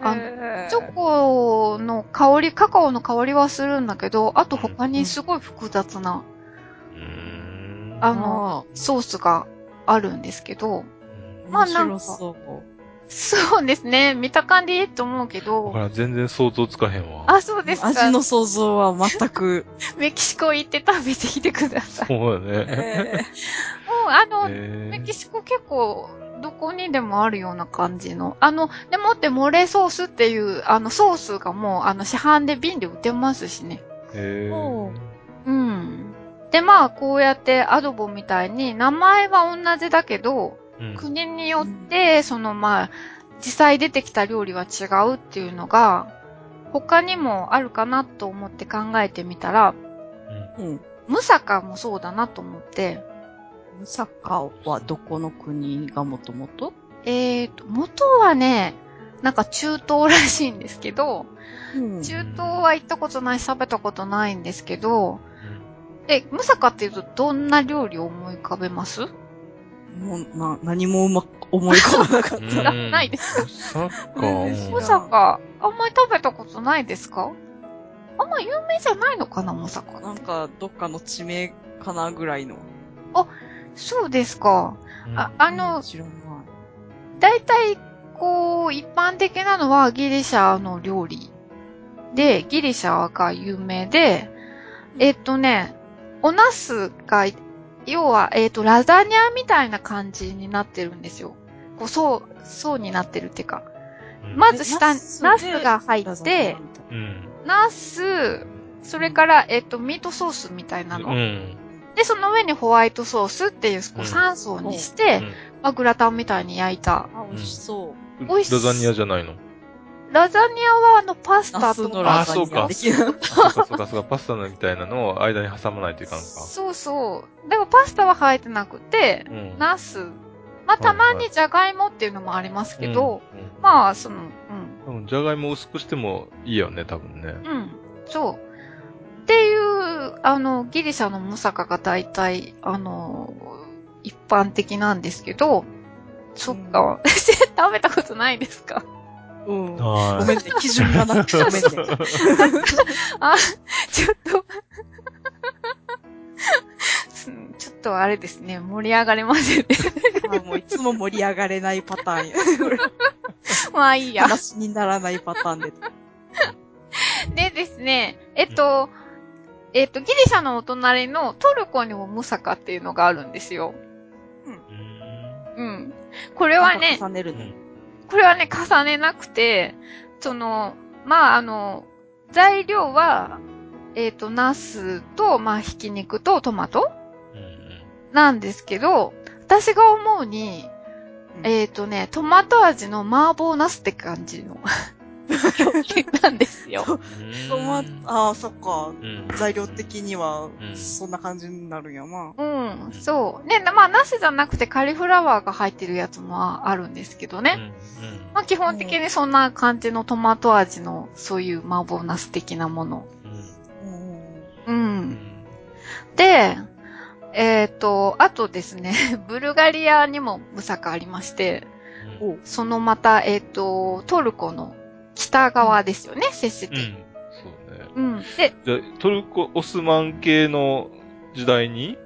[SPEAKER 1] あの
[SPEAKER 3] へえ
[SPEAKER 1] チョコの香り、カカオの香りはするんだけど、あと他にすごい複雑な、
[SPEAKER 2] うーん。
[SPEAKER 1] あの、ソースがあるんですけど、
[SPEAKER 2] うん
[SPEAKER 1] まあなんか
[SPEAKER 3] 面白そう
[SPEAKER 1] そうですね、見た感じいいと思うけ
[SPEAKER 2] だか
[SPEAKER 1] ど、
[SPEAKER 2] ら全然想像つかへんわ。
[SPEAKER 1] あ、そうですか。
[SPEAKER 3] 味の想像は全
[SPEAKER 1] [LAUGHS]
[SPEAKER 3] く。
[SPEAKER 1] メキシコ行って食べてきてください。
[SPEAKER 2] そうだ
[SPEAKER 3] [LAUGHS]
[SPEAKER 2] ね。
[SPEAKER 3] え
[SPEAKER 1] もう、あの、
[SPEAKER 2] えー
[SPEAKER 1] メキシコ結構、どこにでもあるような感じの。あの、でもってモレソースっていう、あの、ソースがもう、あの、市販で瓶で売ってますしね。
[SPEAKER 2] へ
[SPEAKER 3] お
[SPEAKER 2] ー
[SPEAKER 3] う
[SPEAKER 1] うん。で、まあ、こうやってアドボみたいに、名前は同じだけど、
[SPEAKER 2] うん
[SPEAKER 1] 国によって、そのまあ、実際出てきた料理は違うっていうのが、他にもあるかなと思って考えてみたら、
[SPEAKER 2] うん
[SPEAKER 3] え。うん。
[SPEAKER 1] ムサカもそうだなと思って、
[SPEAKER 3] ムサカはどこの国がもともと
[SPEAKER 1] えーと、元はね、なんか中東らしいんですけど、
[SPEAKER 3] うん
[SPEAKER 1] 中東は行ったことないし食べたことないんですけど、え、ムサカっていうとどんな料理を思い浮かべます
[SPEAKER 3] もう、な、何もうま、思い浮かばなかっ
[SPEAKER 2] う
[SPEAKER 3] た。
[SPEAKER 2] ん
[SPEAKER 1] なないですか
[SPEAKER 2] サッカ
[SPEAKER 3] 全然知ら
[SPEAKER 2] ー
[SPEAKER 1] ム
[SPEAKER 3] ん
[SPEAKER 1] サカ、あんまり食べたことないですかあんま有名じゃないのかな、ムサカ。
[SPEAKER 3] なんか、どっかの地名かなぐらいの。
[SPEAKER 1] そうですか。あ、あの、
[SPEAKER 3] 知らない。
[SPEAKER 1] 大体、こう、一般的なのはギリシャの料理。で、ギリシャが有名で、えっとね、お茄子が、要は、えっと、ラザニアみたいな感じになってるんですよ。こう、そう、そうになってるっていうか。
[SPEAKER 2] うん
[SPEAKER 1] まず下、ナス
[SPEAKER 3] ナスで
[SPEAKER 1] が入
[SPEAKER 3] ラ
[SPEAKER 1] っ
[SPEAKER 3] ザニ
[SPEAKER 1] て
[SPEAKER 3] ア、みたい
[SPEAKER 2] うん。
[SPEAKER 1] ナス、それから、えっと、ミートソースみたいなの。
[SPEAKER 2] うん。
[SPEAKER 1] で、その上にホワイトソースっていう、こ
[SPEAKER 2] う
[SPEAKER 1] うん3層にして、
[SPEAKER 2] うん
[SPEAKER 1] まあ、グラタンみたいに焼いた。
[SPEAKER 3] なあ、美味しそう。
[SPEAKER 1] 美味し
[SPEAKER 2] ラザニアじゃないの。
[SPEAKER 1] ラザニアはあの、パスタ
[SPEAKER 3] ナス
[SPEAKER 1] と
[SPEAKER 3] の
[SPEAKER 1] か、
[SPEAKER 3] ラザニア的な。
[SPEAKER 2] そうかそうかそうか、パスタみたいなのを間に挟まないといかんか。
[SPEAKER 1] そうそう。でもパスタは入ってなくて、
[SPEAKER 2] うん。
[SPEAKER 1] ナス、まあ、たまにじゃがいもっていうのもありますけど、まあ、その、うん、
[SPEAKER 2] うん、うん。じゃがいも薄くしてもいいよね、多分ね。
[SPEAKER 1] うん、そう。っていう、あの、ギリシャのムサカが大体、あの、一般的なんですけど、そっか、 [LAUGHS] 食べたことないですか [LAUGHS]
[SPEAKER 3] うん。ご
[SPEAKER 2] は
[SPEAKER 3] めんね、基準がなくてごめんね。
[SPEAKER 1] あ、ちょっと [LAUGHS] す。ちょっとあれですね、盛り上がれませんね。 [LAUGHS]
[SPEAKER 3] あもういつも盛り上がれないパターンや。
[SPEAKER 1] まあいいや。
[SPEAKER 3] 話にならないパターン
[SPEAKER 1] [LAUGHS]
[SPEAKER 3] で。
[SPEAKER 1] でですね、えっと、えっと、ギリシャのお隣のトルコにもムサカっていうのがあるんですよ。うん。これ
[SPEAKER 3] こ
[SPEAKER 1] はね、
[SPEAKER 3] 重ねるね。
[SPEAKER 1] これはね、重ねなくて、その、まあ、あの、材料は、えっ、と、ナスと、まあ、ひき肉とトマトなんですけど、私が思うに、
[SPEAKER 3] うん
[SPEAKER 1] えっ、とね、トマト味の麻婆ナスって感じの [LAUGHS] 表現なんですよ。
[SPEAKER 3] トマああ、そっか。
[SPEAKER 2] うん
[SPEAKER 3] 材料的には
[SPEAKER 2] う、ん
[SPEAKER 3] そんな感じになるんやな。
[SPEAKER 1] うん、そう。ね、まあ、ナスじゃなくてカリフラワーが入ってるやつもあるんですけどね。まあ、基本的にそんな感じのトマト味の、そういう麻婆ナス的なもの。
[SPEAKER 3] うん
[SPEAKER 1] う。
[SPEAKER 2] うんん
[SPEAKER 1] で、えっ、と、あとですね、 [LAUGHS] ブルガリアにもムサカありまして、
[SPEAKER 2] うん
[SPEAKER 3] お
[SPEAKER 1] そのまた、えっ、と、トルコの北側ですよね、セッセ
[SPEAKER 2] うん。
[SPEAKER 1] テ
[SPEAKER 2] そうね。
[SPEAKER 1] ィ。うん。で、
[SPEAKER 2] じゃあ、トルコ、オスマン系の時代に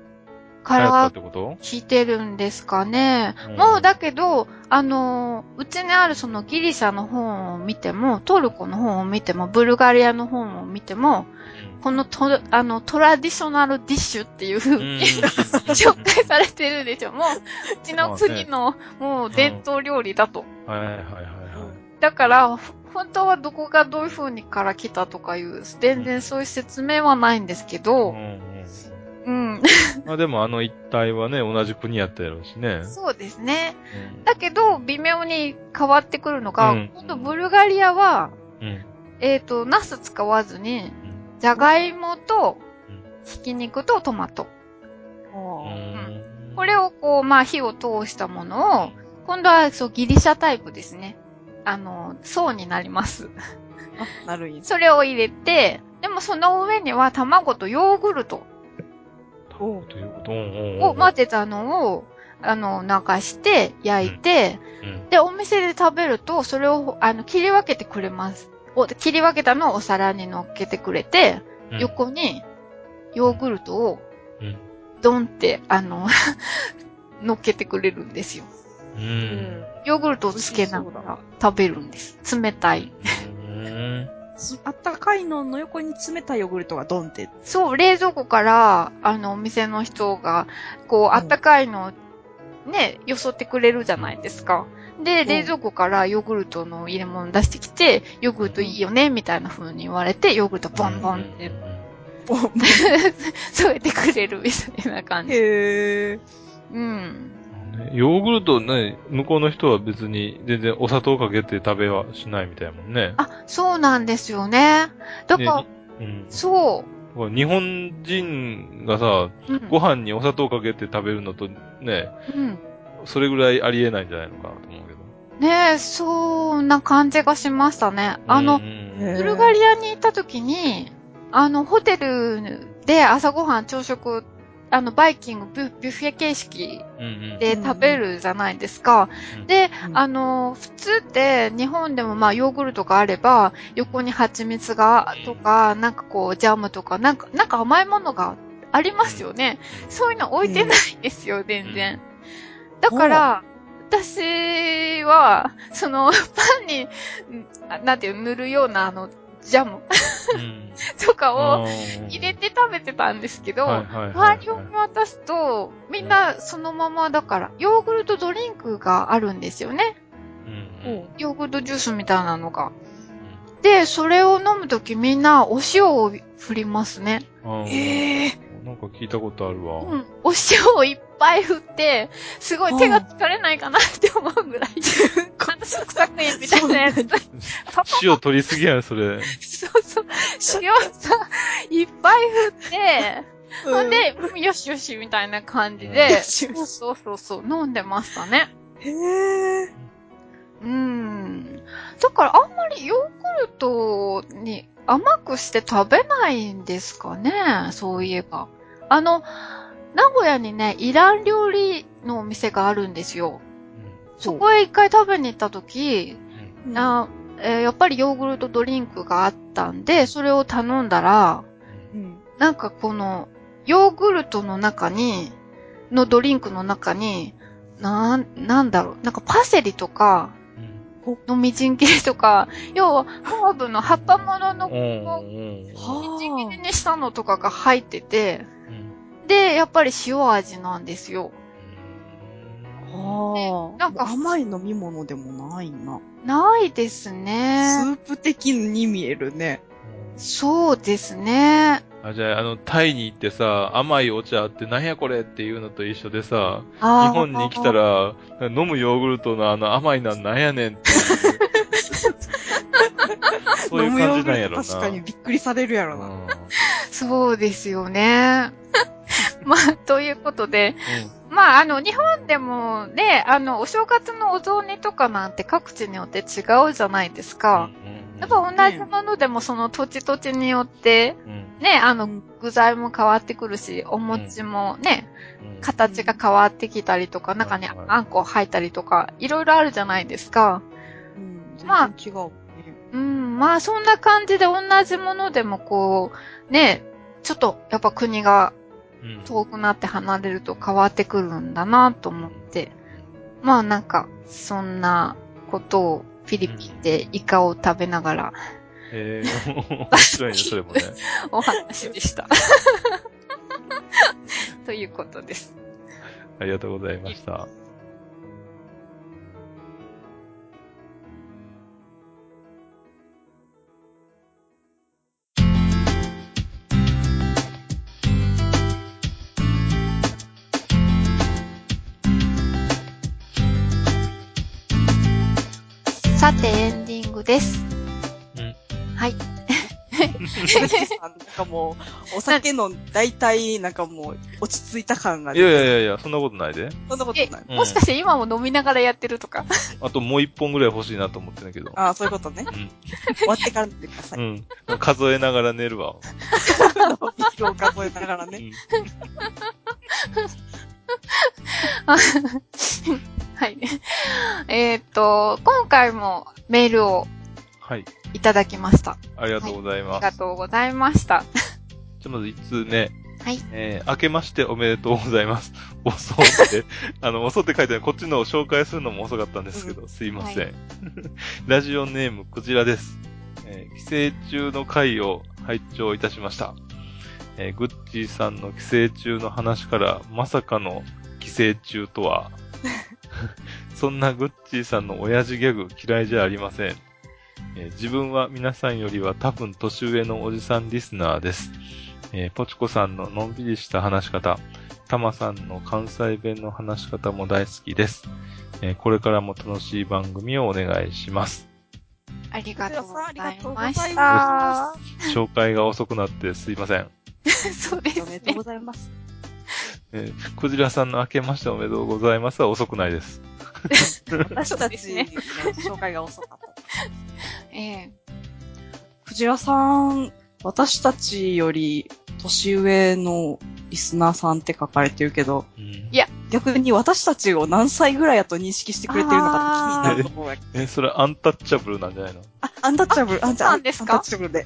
[SPEAKER 1] か
[SPEAKER 2] 流行った
[SPEAKER 1] ら
[SPEAKER 2] ってこと
[SPEAKER 1] 聞いてるんですかね。
[SPEAKER 2] うん
[SPEAKER 1] もうだけど、あのー、うちにあるそのギリシャの本を見ても、トルコの本を見ても、ブルガリアの本を見ても、このトあのトラディショナルディッシュっていう風に、 [LAUGHS] 紹介されてるでしょ。もう、うちの国の、もう伝統料理だと。
[SPEAKER 2] はいはいはいは
[SPEAKER 1] だから、ほ本当はどこがどういう風にから来たとかいう、全然そういう説明はないんですけ
[SPEAKER 2] い。う
[SPEAKER 1] ど、
[SPEAKER 2] んうん
[SPEAKER 1] うん、
[SPEAKER 2] まあでもあの一帯はね、同じ国やったやろうしね。
[SPEAKER 1] そうですね。
[SPEAKER 2] うん
[SPEAKER 1] だけど、微妙に変わってくるのが、
[SPEAKER 2] うん
[SPEAKER 1] 今度ブルガリアは、
[SPEAKER 2] うん。
[SPEAKER 1] えっ、と、ナス使わずに、じゃがいもと
[SPEAKER 2] うん、
[SPEAKER 1] ひき肉とトマト。
[SPEAKER 3] あ
[SPEAKER 2] うん
[SPEAKER 1] これをこう、まあ火を通したものを、今度はそうギリシャタイプですね。あの、層になります。
[SPEAKER 3] あなるんや。
[SPEAKER 1] それを入れて、でもその上には卵とヨーグルト
[SPEAKER 3] お
[SPEAKER 2] ということ。うんうんうん
[SPEAKER 1] を混ぜたのを、あの、流して焼いて、
[SPEAKER 2] うん
[SPEAKER 1] で、お店で食べると、それを、あの、切り分けてくれます。お切り分けたのをお皿に乗っけてくれて、
[SPEAKER 2] うん
[SPEAKER 1] 横にヨーグルトを
[SPEAKER 2] うん
[SPEAKER 1] ドンって、あの、 [LAUGHS] 乗っけてくれるんですよ。
[SPEAKER 2] う
[SPEAKER 3] うんん。
[SPEAKER 1] ヨーグルトをつけながら食べるんです。冷たい。
[SPEAKER 2] うん
[SPEAKER 3] すあったかいのの横に冷たいヨーグルトがドンって。
[SPEAKER 1] そう、冷蔵庫から、あの、お店の人が、こう、あったかいのをね、よそってくれるじゃないですか。で、
[SPEAKER 3] ん
[SPEAKER 1] 冷蔵庫からヨーグルトの入れ物出してきて、ヨーグルトいいよね、みたいな風に言われて、ヨーグルトボンボンって
[SPEAKER 3] ボン
[SPEAKER 1] [LAUGHS] 添えてくれるみたいな感じ。
[SPEAKER 3] へー。
[SPEAKER 1] うん。
[SPEAKER 2] ねヨーグルトね、向こうの人は別に全然お砂糖かけて食べはしないみたいやもんね。
[SPEAKER 1] あ、そうなんですよね。だから、
[SPEAKER 2] ねうん
[SPEAKER 1] そ
[SPEAKER 2] だから日本人がさ、
[SPEAKER 1] う。うん
[SPEAKER 2] ご飯にお砂糖かけて食べるのとね、
[SPEAKER 1] うん。
[SPEAKER 2] それぐらいありえないんじゃないのかなと思うけど。
[SPEAKER 1] ねえ、そんな感じがしましたね。あの
[SPEAKER 2] う、ん
[SPEAKER 3] へ
[SPEAKER 1] ブルガリアに行った時に、あの、ホテルで朝ごはん朝食、あの、バイキング、ビュビュッフェ形式
[SPEAKER 2] うん
[SPEAKER 1] で食べるじゃないですか。
[SPEAKER 2] うん
[SPEAKER 1] で、
[SPEAKER 3] うん
[SPEAKER 1] あの、普通って日本でもまあヨーグルトがあれば、横に蜂蜜が、とか、なんかこう、ジャムとか、なんか、なんか甘いものがありますよね。そういうの置いてないんですよ、全然。だから、私は、その、 [LAUGHS] パンに、んあなんていうの、塗るような、あの、ジャム [LAUGHS]
[SPEAKER 2] うん
[SPEAKER 1] とかを
[SPEAKER 2] うん
[SPEAKER 1] 入れて食べてたんですけど、
[SPEAKER 2] はいはいはいはい
[SPEAKER 1] 周りを見渡すと、みんなそのままだから、ヨーグルトドリンクがあるんですよね。
[SPEAKER 2] うんうんうん
[SPEAKER 1] ヨーグルトジュースみたいなのが。で、それを飲むときみんなお塩を振りますね。
[SPEAKER 2] あー
[SPEAKER 3] ええ
[SPEAKER 2] なんか聞いたことあるわ。
[SPEAKER 1] うん。お塩をいっぱい振って、すごい手が疲れないかなって思うぐらい。あの食作園みたいなやつ。
[SPEAKER 2] 塩取りすぎやね、それ。
[SPEAKER 1] そうそう。塩をさ、いっぱい振って、
[SPEAKER 3] ー。
[SPEAKER 1] ほんで、うんよしよしみたいな感じ
[SPEAKER 2] うん
[SPEAKER 1] で、
[SPEAKER 3] よし
[SPEAKER 1] そ
[SPEAKER 3] よ
[SPEAKER 1] うそうそうそう、飲んでましたね。
[SPEAKER 3] へえ。
[SPEAKER 1] うーん。だからあんまりヨーグルトに甘くして食べないんですかね、そういえば。あの、名古屋にね、イラン料理のお店があるんですよ。そこへ一回食べに行った時、あえーやっぱりヨーグルトドリンクがあったんで、それを頼んだら、
[SPEAKER 3] うん。
[SPEAKER 1] なんかこの、ヨーグルトの中に、のドリンクの中に、なん、なんだろう、なんかパセリとか、のみじん切りとか、要は、ハーブの葉っぱものの、
[SPEAKER 2] うん。
[SPEAKER 1] こ
[SPEAKER 2] うん。
[SPEAKER 1] う、みじん切り
[SPEAKER 3] は
[SPEAKER 1] にしたのとかが入ってて、で、やっぱり塩味なんですよ。
[SPEAKER 3] あ。はあ。
[SPEAKER 1] なんか
[SPEAKER 3] 甘い飲み物でもないな。
[SPEAKER 1] ないです
[SPEAKER 3] ス
[SPEAKER 1] ね。
[SPEAKER 3] ープ的に見えるね。
[SPEAKER 1] そうですね。
[SPEAKER 2] あ、じゃあ、あの、タイに行ってさ、甘いお茶あってなんやこれっていうのと一緒でさ、日
[SPEAKER 1] あー
[SPEAKER 2] 本に来たら、飲むヨーグルトのあの甘いなんなんやねんっていう。そういう感じなんやろな。
[SPEAKER 3] 確かにびっくりされるやろな。
[SPEAKER 1] そうですよね。 [LAUGHS] まあ、ということで、まあ、あの、日本でもね、あの、お正月のお雑煮とかなんて各地によって違うじゃないですか。やっぱ同じものでもその土地土地によって、ね、あの、具材も変わってくるし、お餅もね、形が変わってきたりとか、
[SPEAKER 2] ん
[SPEAKER 1] 中に
[SPEAKER 2] はいはい
[SPEAKER 1] あんこ入ったりとか、いろいろあるじゃないですか。
[SPEAKER 3] うん。
[SPEAKER 1] まあ
[SPEAKER 3] 全然違うね。
[SPEAKER 1] うん、まあそんな感じで同じものでもこう、ね、ちょっとやっぱ国が遠くなって離れると変わってくるんだなと思って。まあなんか、そんなことをフィリピンでイカを食べながら
[SPEAKER 2] ええ、面白いね、それもね。
[SPEAKER 1] お話
[SPEAKER 3] [LAUGHS]
[SPEAKER 1] でした。ということです。
[SPEAKER 2] ありがとうございました。
[SPEAKER 1] さてエンディングです。はい。
[SPEAKER 3] なんかもう、お酒飲ん、大体、なんかもう、落ち着いた感が
[SPEAKER 2] いやいやい
[SPEAKER 3] や。
[SPEAKER 2] やいや、そんなことないで。
[SPEAKER 3] そんなことない。
[SPEAKER 2] うん
[SPEAKER 1] もしかして今も飲みながらやってるとか。 [LAUGHS]
[SPEAKER 2] あともう一本ぐらい欲しいなと思ってんだけど。
[SPEAKER 3] ああ、そういうことね。 [LAUGHS] 終わってから飲んでく
[SPEAKER 2] [LAUGHS]
[SPEAKER 3] ださ
[SPEAKER 2] う
[SPEAKER 3] い。
[SPEAKER 2] ん。数えながら寝るわ。
[SPEAKER 3] ビールを数えながら
[SPEAKER 2] う
[SPEAKER 3] ね。
[SPEAKER 2] ん
[SPEAKER 1] はい。えーっと、今回もメールを
[SPEAKER 2] はい。
[SPEAKER 1] いただきました。
[SPEAKER 2] ありがとうござい
[SPEAKER 1] あ
[SPEAKER 2] ま
[SPEAKER 1] りが
[SPEAKER 2] す。
[SPEAKER 1] とうございました。
[SPEAKER 2] じゃあまず一通目。
[SPEAKER 1] はい。
[SPEAKER 2] えー、明けましておめでとうございます。遅って、あの、遅って書いてある、こっちのを紹介するのも遅かったんですけど、すいません。
[SPEAKER 1] は
[SPEAKER 2] [LAUGHS] ラジオネーム、こちらです。えー寄生虫の回を拝聴いたしました。えーグッチーさんの寄生虫の話から、まさかの寄生虫とは、 [LAUGHS] そんなグッチーさんの親父ギャグ嫌いじゃありません。えー自分は皆さんよりは多分年上のおじさんリスナーです。えーポチコさんののんびりした話し方、タマさんの関西弁の話し方も大好きです。えーこれからも楽しい番組をお願いし
[SPEAKER 3] [LAUGHS]
[SPEAKER 2] ます。
[SPEAKER 1] ありがとうござい
[SPEAKER 3] あ
[SPEAKER 1] ま
[SPEAKER 3] りがとうござ
[SPEAKER 1] し
[SPEAKER 3] い
[SPEAKER 1] た
[SPEAKER 3] ま。
[SPEAKER 2] 紹介が遅くなってすいません。
[SPEAKER 1] [LAUGHS] そうで
[SPEAKER 3] おめ
[SPEAKER 1] す
[SPEAKER 3] でとう
[SPEAKER 1] ね。
[SPEAKER 3] ござい
[SPEAKER 1] [LAUGHS]
[SPEAKER 3] ます。
[SPEAKER 2] えークジラさんの明けましておめでとうございますは遅くないです。
[SPEAKER 3] 私たちの
[SPEAKER 1] そ
[SPEAKER 3] 紹介が遅かった。
[SPEAKER 1] え
[SPEAKER 3] 藤原さん、私たちより年上のリスナーさんって書かれてるけど、
[SPEAKER 2] うん
[SPEAKER 1] いや
[SPEAKER 3] 逆に私たちを何歳ぐらいやと認識してくれてるのかって気になるところやけど。
[SPEAKER 2] え、それアンタッチャブルなんじゃないの
[SPEAKER 3] あ、アンタッチャブル、アンタ
[SPEAKER 1] そうな
[SPEAKER 3] ッ
[SPEAKER 1] ん
[SPEAKER 3] チ
[SPEAKER 1] です
[SPEAKER 3] ャ
[SPEAKER 1] か
[SPEAKER 3] ブルで。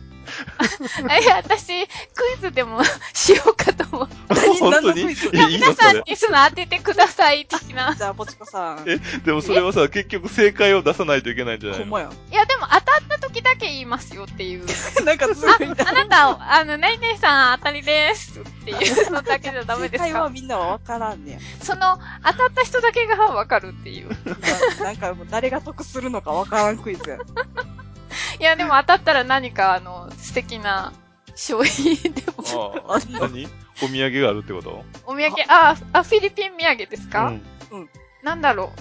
[SPEAKER 1] え。あいや私、クイズでもしようかと思って。
[SPEAKER 3] 何
[SPEAKER 2] 本当に
[SPEAKER 3] 何のクイズ
[SPEAKER 2] いやいいの
[SPEAKER 1] 皆
[SPEAKER 2] そ
[SPEAKER 1] さん
[SPEAKER 2] れ。
[SPEAKER 1] にその当ててください、的な。
[SPEAKER 3] じゃあ、ポチコ
[SPEAKER 1] [LAUGHS]
[SPEAKER 3] さん。
[SPEAKER 2] えでもそれはさ、結局正解を出さないといけないんじゃな
[SPEAKER 3] ほ
[SPEAKER 2] い
[SPEAKER 3] ん
[SPEAKER 2] の
[SPEAKER 3] まや。
[SPEAKER 1] いや、でも当たった時だけ言いますよっていう。
[SPEAKER 3] なんかすご
[SPEAKER 1] あ、
[SPEAKER 3] いな。
[SPEAKER 1] あなた、あの、何々さん当たりですっていうのだけじゃダメです
[SPEAKER 3] 正解は
[SPEAKER 1] か
[SPEAKER 3] みんなは分からんねや。
[SPEAKER 1] その、当たった人だけがわかるっていう。
[SPEAKER 3] ななんかもう誰が得するのか分からんクイズや。
[SPEAKER 1] いや、でも当たったら何か、あの、素敵な商品でも。
[SPEAKER 2] ああ、何お土産があるってこと
[SPEAKER 1] お土産、あ、あ、フィリピン土産ですか、
[SPEAKER 2] う
[SPEAKER 1] なんだろ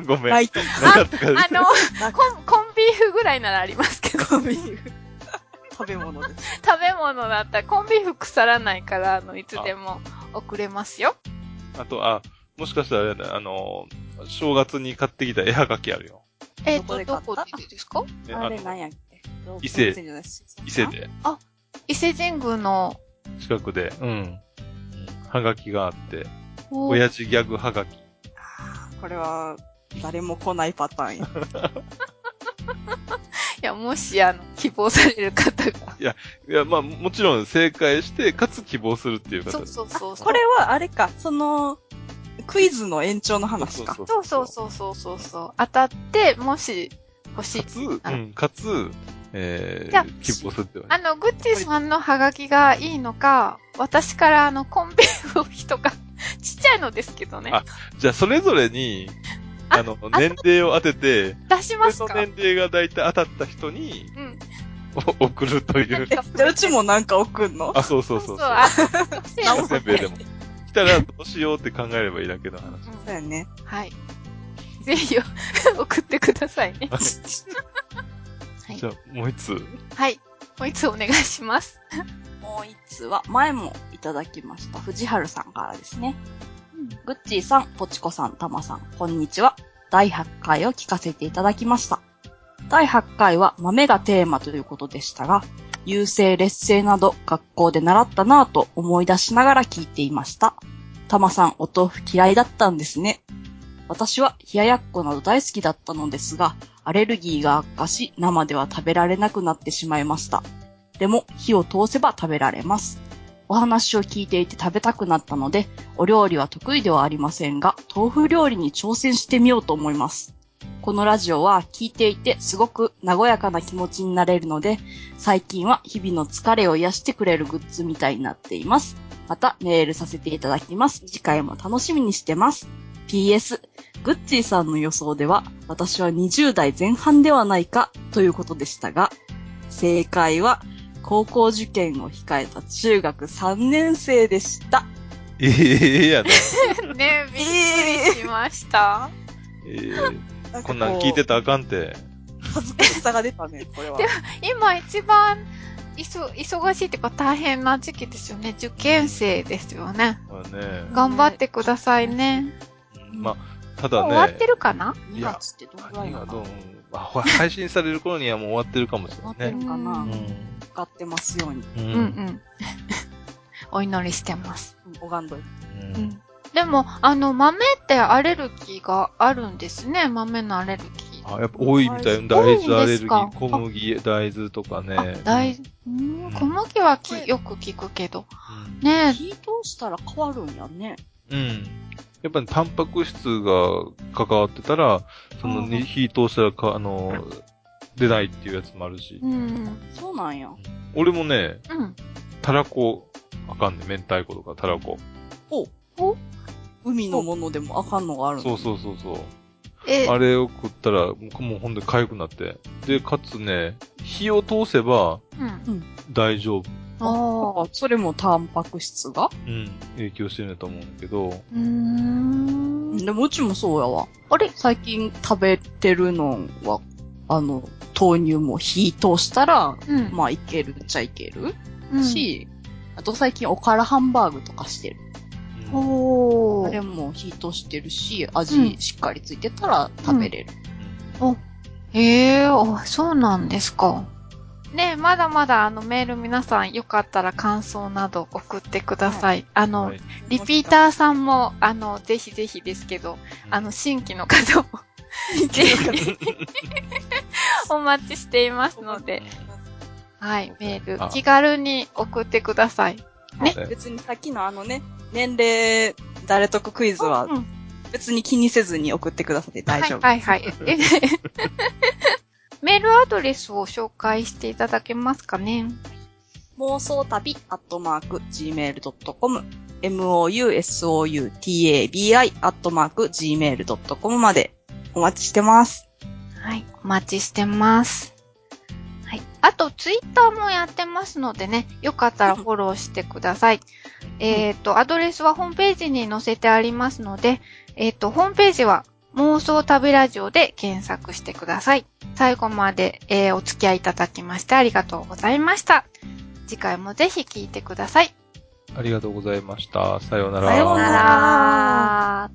[SPEAKER 2] ん。ごめん。
[SPEAKER 3] ライト。
[SPEAKER 2] なかったか
[SPEAKER 1] う。あの、
[SPEAKER 3] なんか
[SPEAKER 1] コン、コンビーフぐらいならありますけど、食
[SPEAKER 3] 食べ物です。
[SPEAKER 1] べ物だったら、コンビーフ腐らないから、あの、いつでも送れますよ。
[SPEAKER 2] あと、あ、もしかしたらあれだ、あの、正月に買ってきた絵はがきあるよ。
[SPEAKER 1] えっ、
[SPEAKER 3] どこ
[SPEAKER 1] と、
[SPEAKER 3] で買
[SPEAKER 1] ど
[SPEAKER 3] った
[SPEAKER 1] こでですか
[SPEAKER 2] ね
[SPEAKER 3] あ
[SPEAKER 2] あ
[SPEAKER 3] れなん
[SPEAKER 2] の
[SPEAKER 3] やっけ
[SPEAKER 2] 伊勢
[SPEAKER 3] 動物園じゃないし
[SPEAKER 2] 伊勢で、
[SPEAKER 1] 伊勢神宮の、
[SPEAKER 2] 近くで、うん。はがきがあって、
[SPEAKER 1] お
[SPEAKER 2] 親父ギャグはがき。
[SPEAKER 3] あーこれは、誰も来ないパターンや。 [LAUGHS]
[SPEAKER 1] いや、もし、あの、希望される方が。
[SPEAKER 2] いや、まあ、もちろん正解して、かつ希望するっていう方
[SPEAKER 1] そうそうそうそう。
[SPEAKER 3] これはあれか、その、クイズの延長の話か。
[SPEAKER 1] そうそうそうそうそうそう。当たって、もし、欲しい
[SPEAKER 2] か。つ、う
[SPEAKER 1] あの
[SPEAKER 2] ん、かつ、え
[SPEAKER 1] じゃあ
[SPEAKER 2] ー、希望するってわ
[SPEAKER 1] あの、グッチさんのハガキがいいのか、私からあの、コンビニの人が、 [LAUGHS] ちっちゃいのですけどね。
[SPEAKER 2] あじゃあ、それぞれに、
[SPEAKER 1] あ
[SPEAKER 2] あの、年齢を当てて、
[SPEAKER 1] 出します
[SPEAKER 2] その
[SPEAKER 1] か
[SPEAKER 2] 年齢が大体当たった人に、
[SPEAKER 1] うん。
[SPEAKER 2] お送ると [LAUGHS] いう。
[SPEAKER 3] え、じゃあうちもなんか送んの
[SPEAKER 2] あ、そうそ
[SPEAKER 1] そううそ
[SPEAKER 2] そうう。。
[SPEAKER 1] あの、特性
[SPEAKER 2] おせんべいでも。来たらどうしようって考えればいいだけの話。
[SPEAKER 3] そうやね。
[SPEAKER 1] はい。ぜひ [LAUGHS] よ、送ってくださいね。はい
[SPEAKER 2] じゃあ、もう一つ。
[SPEAKER 1] はい。もう一つお願いします。 [LAUGHS]
[SPEAKER 3] もう一つは、前もいただきました、藤原さんからですね。グッチーさん、ポチコさん、タマさん、こんにちは。第8回を聞かせていただきました。第8回は豆がテーマということでしたが、優勢劣勢など学校で習ったなぁと思い出しながら聞いていました。タマさん、お豆腐嫌いだったんですね。私は冷ややっこなど大好きだったのですが、アレルギーが悪化し、生では食べられなくなってしまいました。でも火を通せば食べられます。お話を聞いていて食べたくなったので、お料理は得意ではありませんが、豆腐料理に挑戦してみようと思います。このラジオは聞いていてすごく和やかな気持ちになれるので、最近は日々の疲れを癒してくれるグッズみたいになっています。またメールさせていただきます。次回も楽しみにしてます。PS、グッチーさんの予想では、私は20代前半ではないかということでしたが、正解は高校受験を控えた中学3年生でした。
[SPEAKER 2] ええやな。
[SPEAKER 1] ねびっくりしました。
[SPEAKER 2] ええこんなん聞いてたらあかんて。
[SPEAKER 3] 恥ずかしさが出たね、これは。
[SPEAKER 1] 今一番、いそ、忙しいっていうか大変な時期ですよね。受験生ですよね。
[SPEAKER 2] まあね。
[SPEAKER 1] 頑張ってくださいね。
[SPEAKER 2] まあ、た
[SPEAKER 1] もう
[SPEAKER 2] だね。
[SPEAKER 1] 終わってるかない
[SPEAKER 3] や、つってどんぐらい
[SPEAKER 2] 何
[SPEAKER 3] な
[SPEAKER 2] が
[SPEAKER 3] の
[SPEAKER 2] どうあほら配信される頃にはもう終わってるかもしれないね。
[SPEAKER 3] かな
[SPEAKER 1] う
[SPEAKER 2] うんん
[SPEAKER 3] 使ってますように。
[SPEAKER 2] う
[SPEAKER 1] うんんうん。 [LAUGHS] お祈りしてます。
[SPEAKER 3] うん拝んどいて。
[SPEAKER 2] うん
[SPEAKER 1] うん。でも、あの、豆ってアレルギーがあるんですね。豆のアレルギー。
[SPEAKER 2] あ、やっぱ多いみたいな。大豆アレルギー、小麦、大豆とか
[SPEAKER 1] あ
[SPEAKER 2] ね。、
[SPEAKER 1] 大、うん、小麦はきよく聞くけど。
[SPEAKER 2] うん
[SPEAKER 1] ね
[SPEAKER 3] 火通したら変わるんやね。
[SPEAKER 2] うん。やっぱり、タンパク質が関わってたら、その、
[SPEAKER 3] うん
[SPEAKER 2] に火通したらか、あの、出ないっていうやつもあるし
[SPEAKER 1] え。う。ん。
[SPEAKER 3] そうなんや。
[SPEAKER 2] 俺もね、
[SPEAKER 1] うん。
[SPEAKER 2] たらこ、あかんね。明太子とかたらこ。
[SPEAKER 3] お
[SPEAKER 1] お
[SPEAKER 3] 海のものでもあかんのがあるの
[SPEAKER 2] そうそうそうそう。
[SPEAKER 1] え、
[SPEAKER 2] あれを食ったら、もうもうほんと痒くなって。で、かつね、火を通せば、
[SPEAKER 1] うん。
[SPEAKER 2] 大丈夫。
[SPEAKER 3] あ
[SPEAKER 1] あ
[SPEAKER 3] あ、それもタンパク質が
[SPEAKER 2] うん。影響してるんだと思うんだけど。
[SPEAKER 1] ーうーん。
[SPEAKER 3] でもうちもそうやわ。あれ最近食べてるのは、あの、豆乳も火通したら、
[SPEAKER 1] うん。
[SPEAKER 3] まあいけるっちゃいける、
[SPEAKER 1] うん、
[SPEAKER 3] し、あと最近おからハンバーグとかしてる。
[SPEAKER 2] うん
[SPEAKER 1] お
[SPEAKER 3] あ
[SPEAKER 1] ー
[SPEAKER 3] れも火通してるし、
[SPEAKER 1] うん
[SPEAKER 3] 味しっかりついてたら食べれる。
[SPEAKER 1] おええあ、そうなんですか。ねえまだまだあのメール皆さんよかったら感想など送ってください。あの、
[SPEAKER 2] はい
[SPEAKER 1] リピーターさんも、あの、ぜひぜひですけど、あ
[SPEAKER 2] [LAUGHS]
[SPEAKER 1] の、、新規の方も、ぜひ、お待ちしていますの
[SPEAKER 2] うん
[SPEAKER 1] で、はい、メー
[SPEAKER 2] あ
[SPEAKER 1] ル、気軽に送ってください。
[SPEAKER 2] ね
[SPEAKER 3] [LAUGHS] 別にさっきのあのね、年齢、誰得クイズは、別に気にせずに送ってくださって大丈夫。
[SPEAKER 1] はいはいはい。え [LAUGHS] メールアドレスを紹介していただけますかね。
[SPEAKER 3] 妄想旅、アットマーク、gmail.com、mousoutabi、アットマーク、gmail.com までお待ちしてます。
[SPEAKER 1] はい。お待ちしてます。はい。あと、ツイッターもやってますのでね、よかったらフォローしてください。えっ、と、アドレスはホームページに載せてありますので、えっ、と、ホームページは妄想旅ラジオで検索してください。最後まで、えーお付き合いいただきましてありがとうございました。次回もぜひ聞いてください。
[SPEAKER 2] ありがとうございました。さようなら。
[SPEAKER 3] さよう
[SPEAKER 1] さ
[SPEAKER 3] なら
[SPEAKER 1] よなら。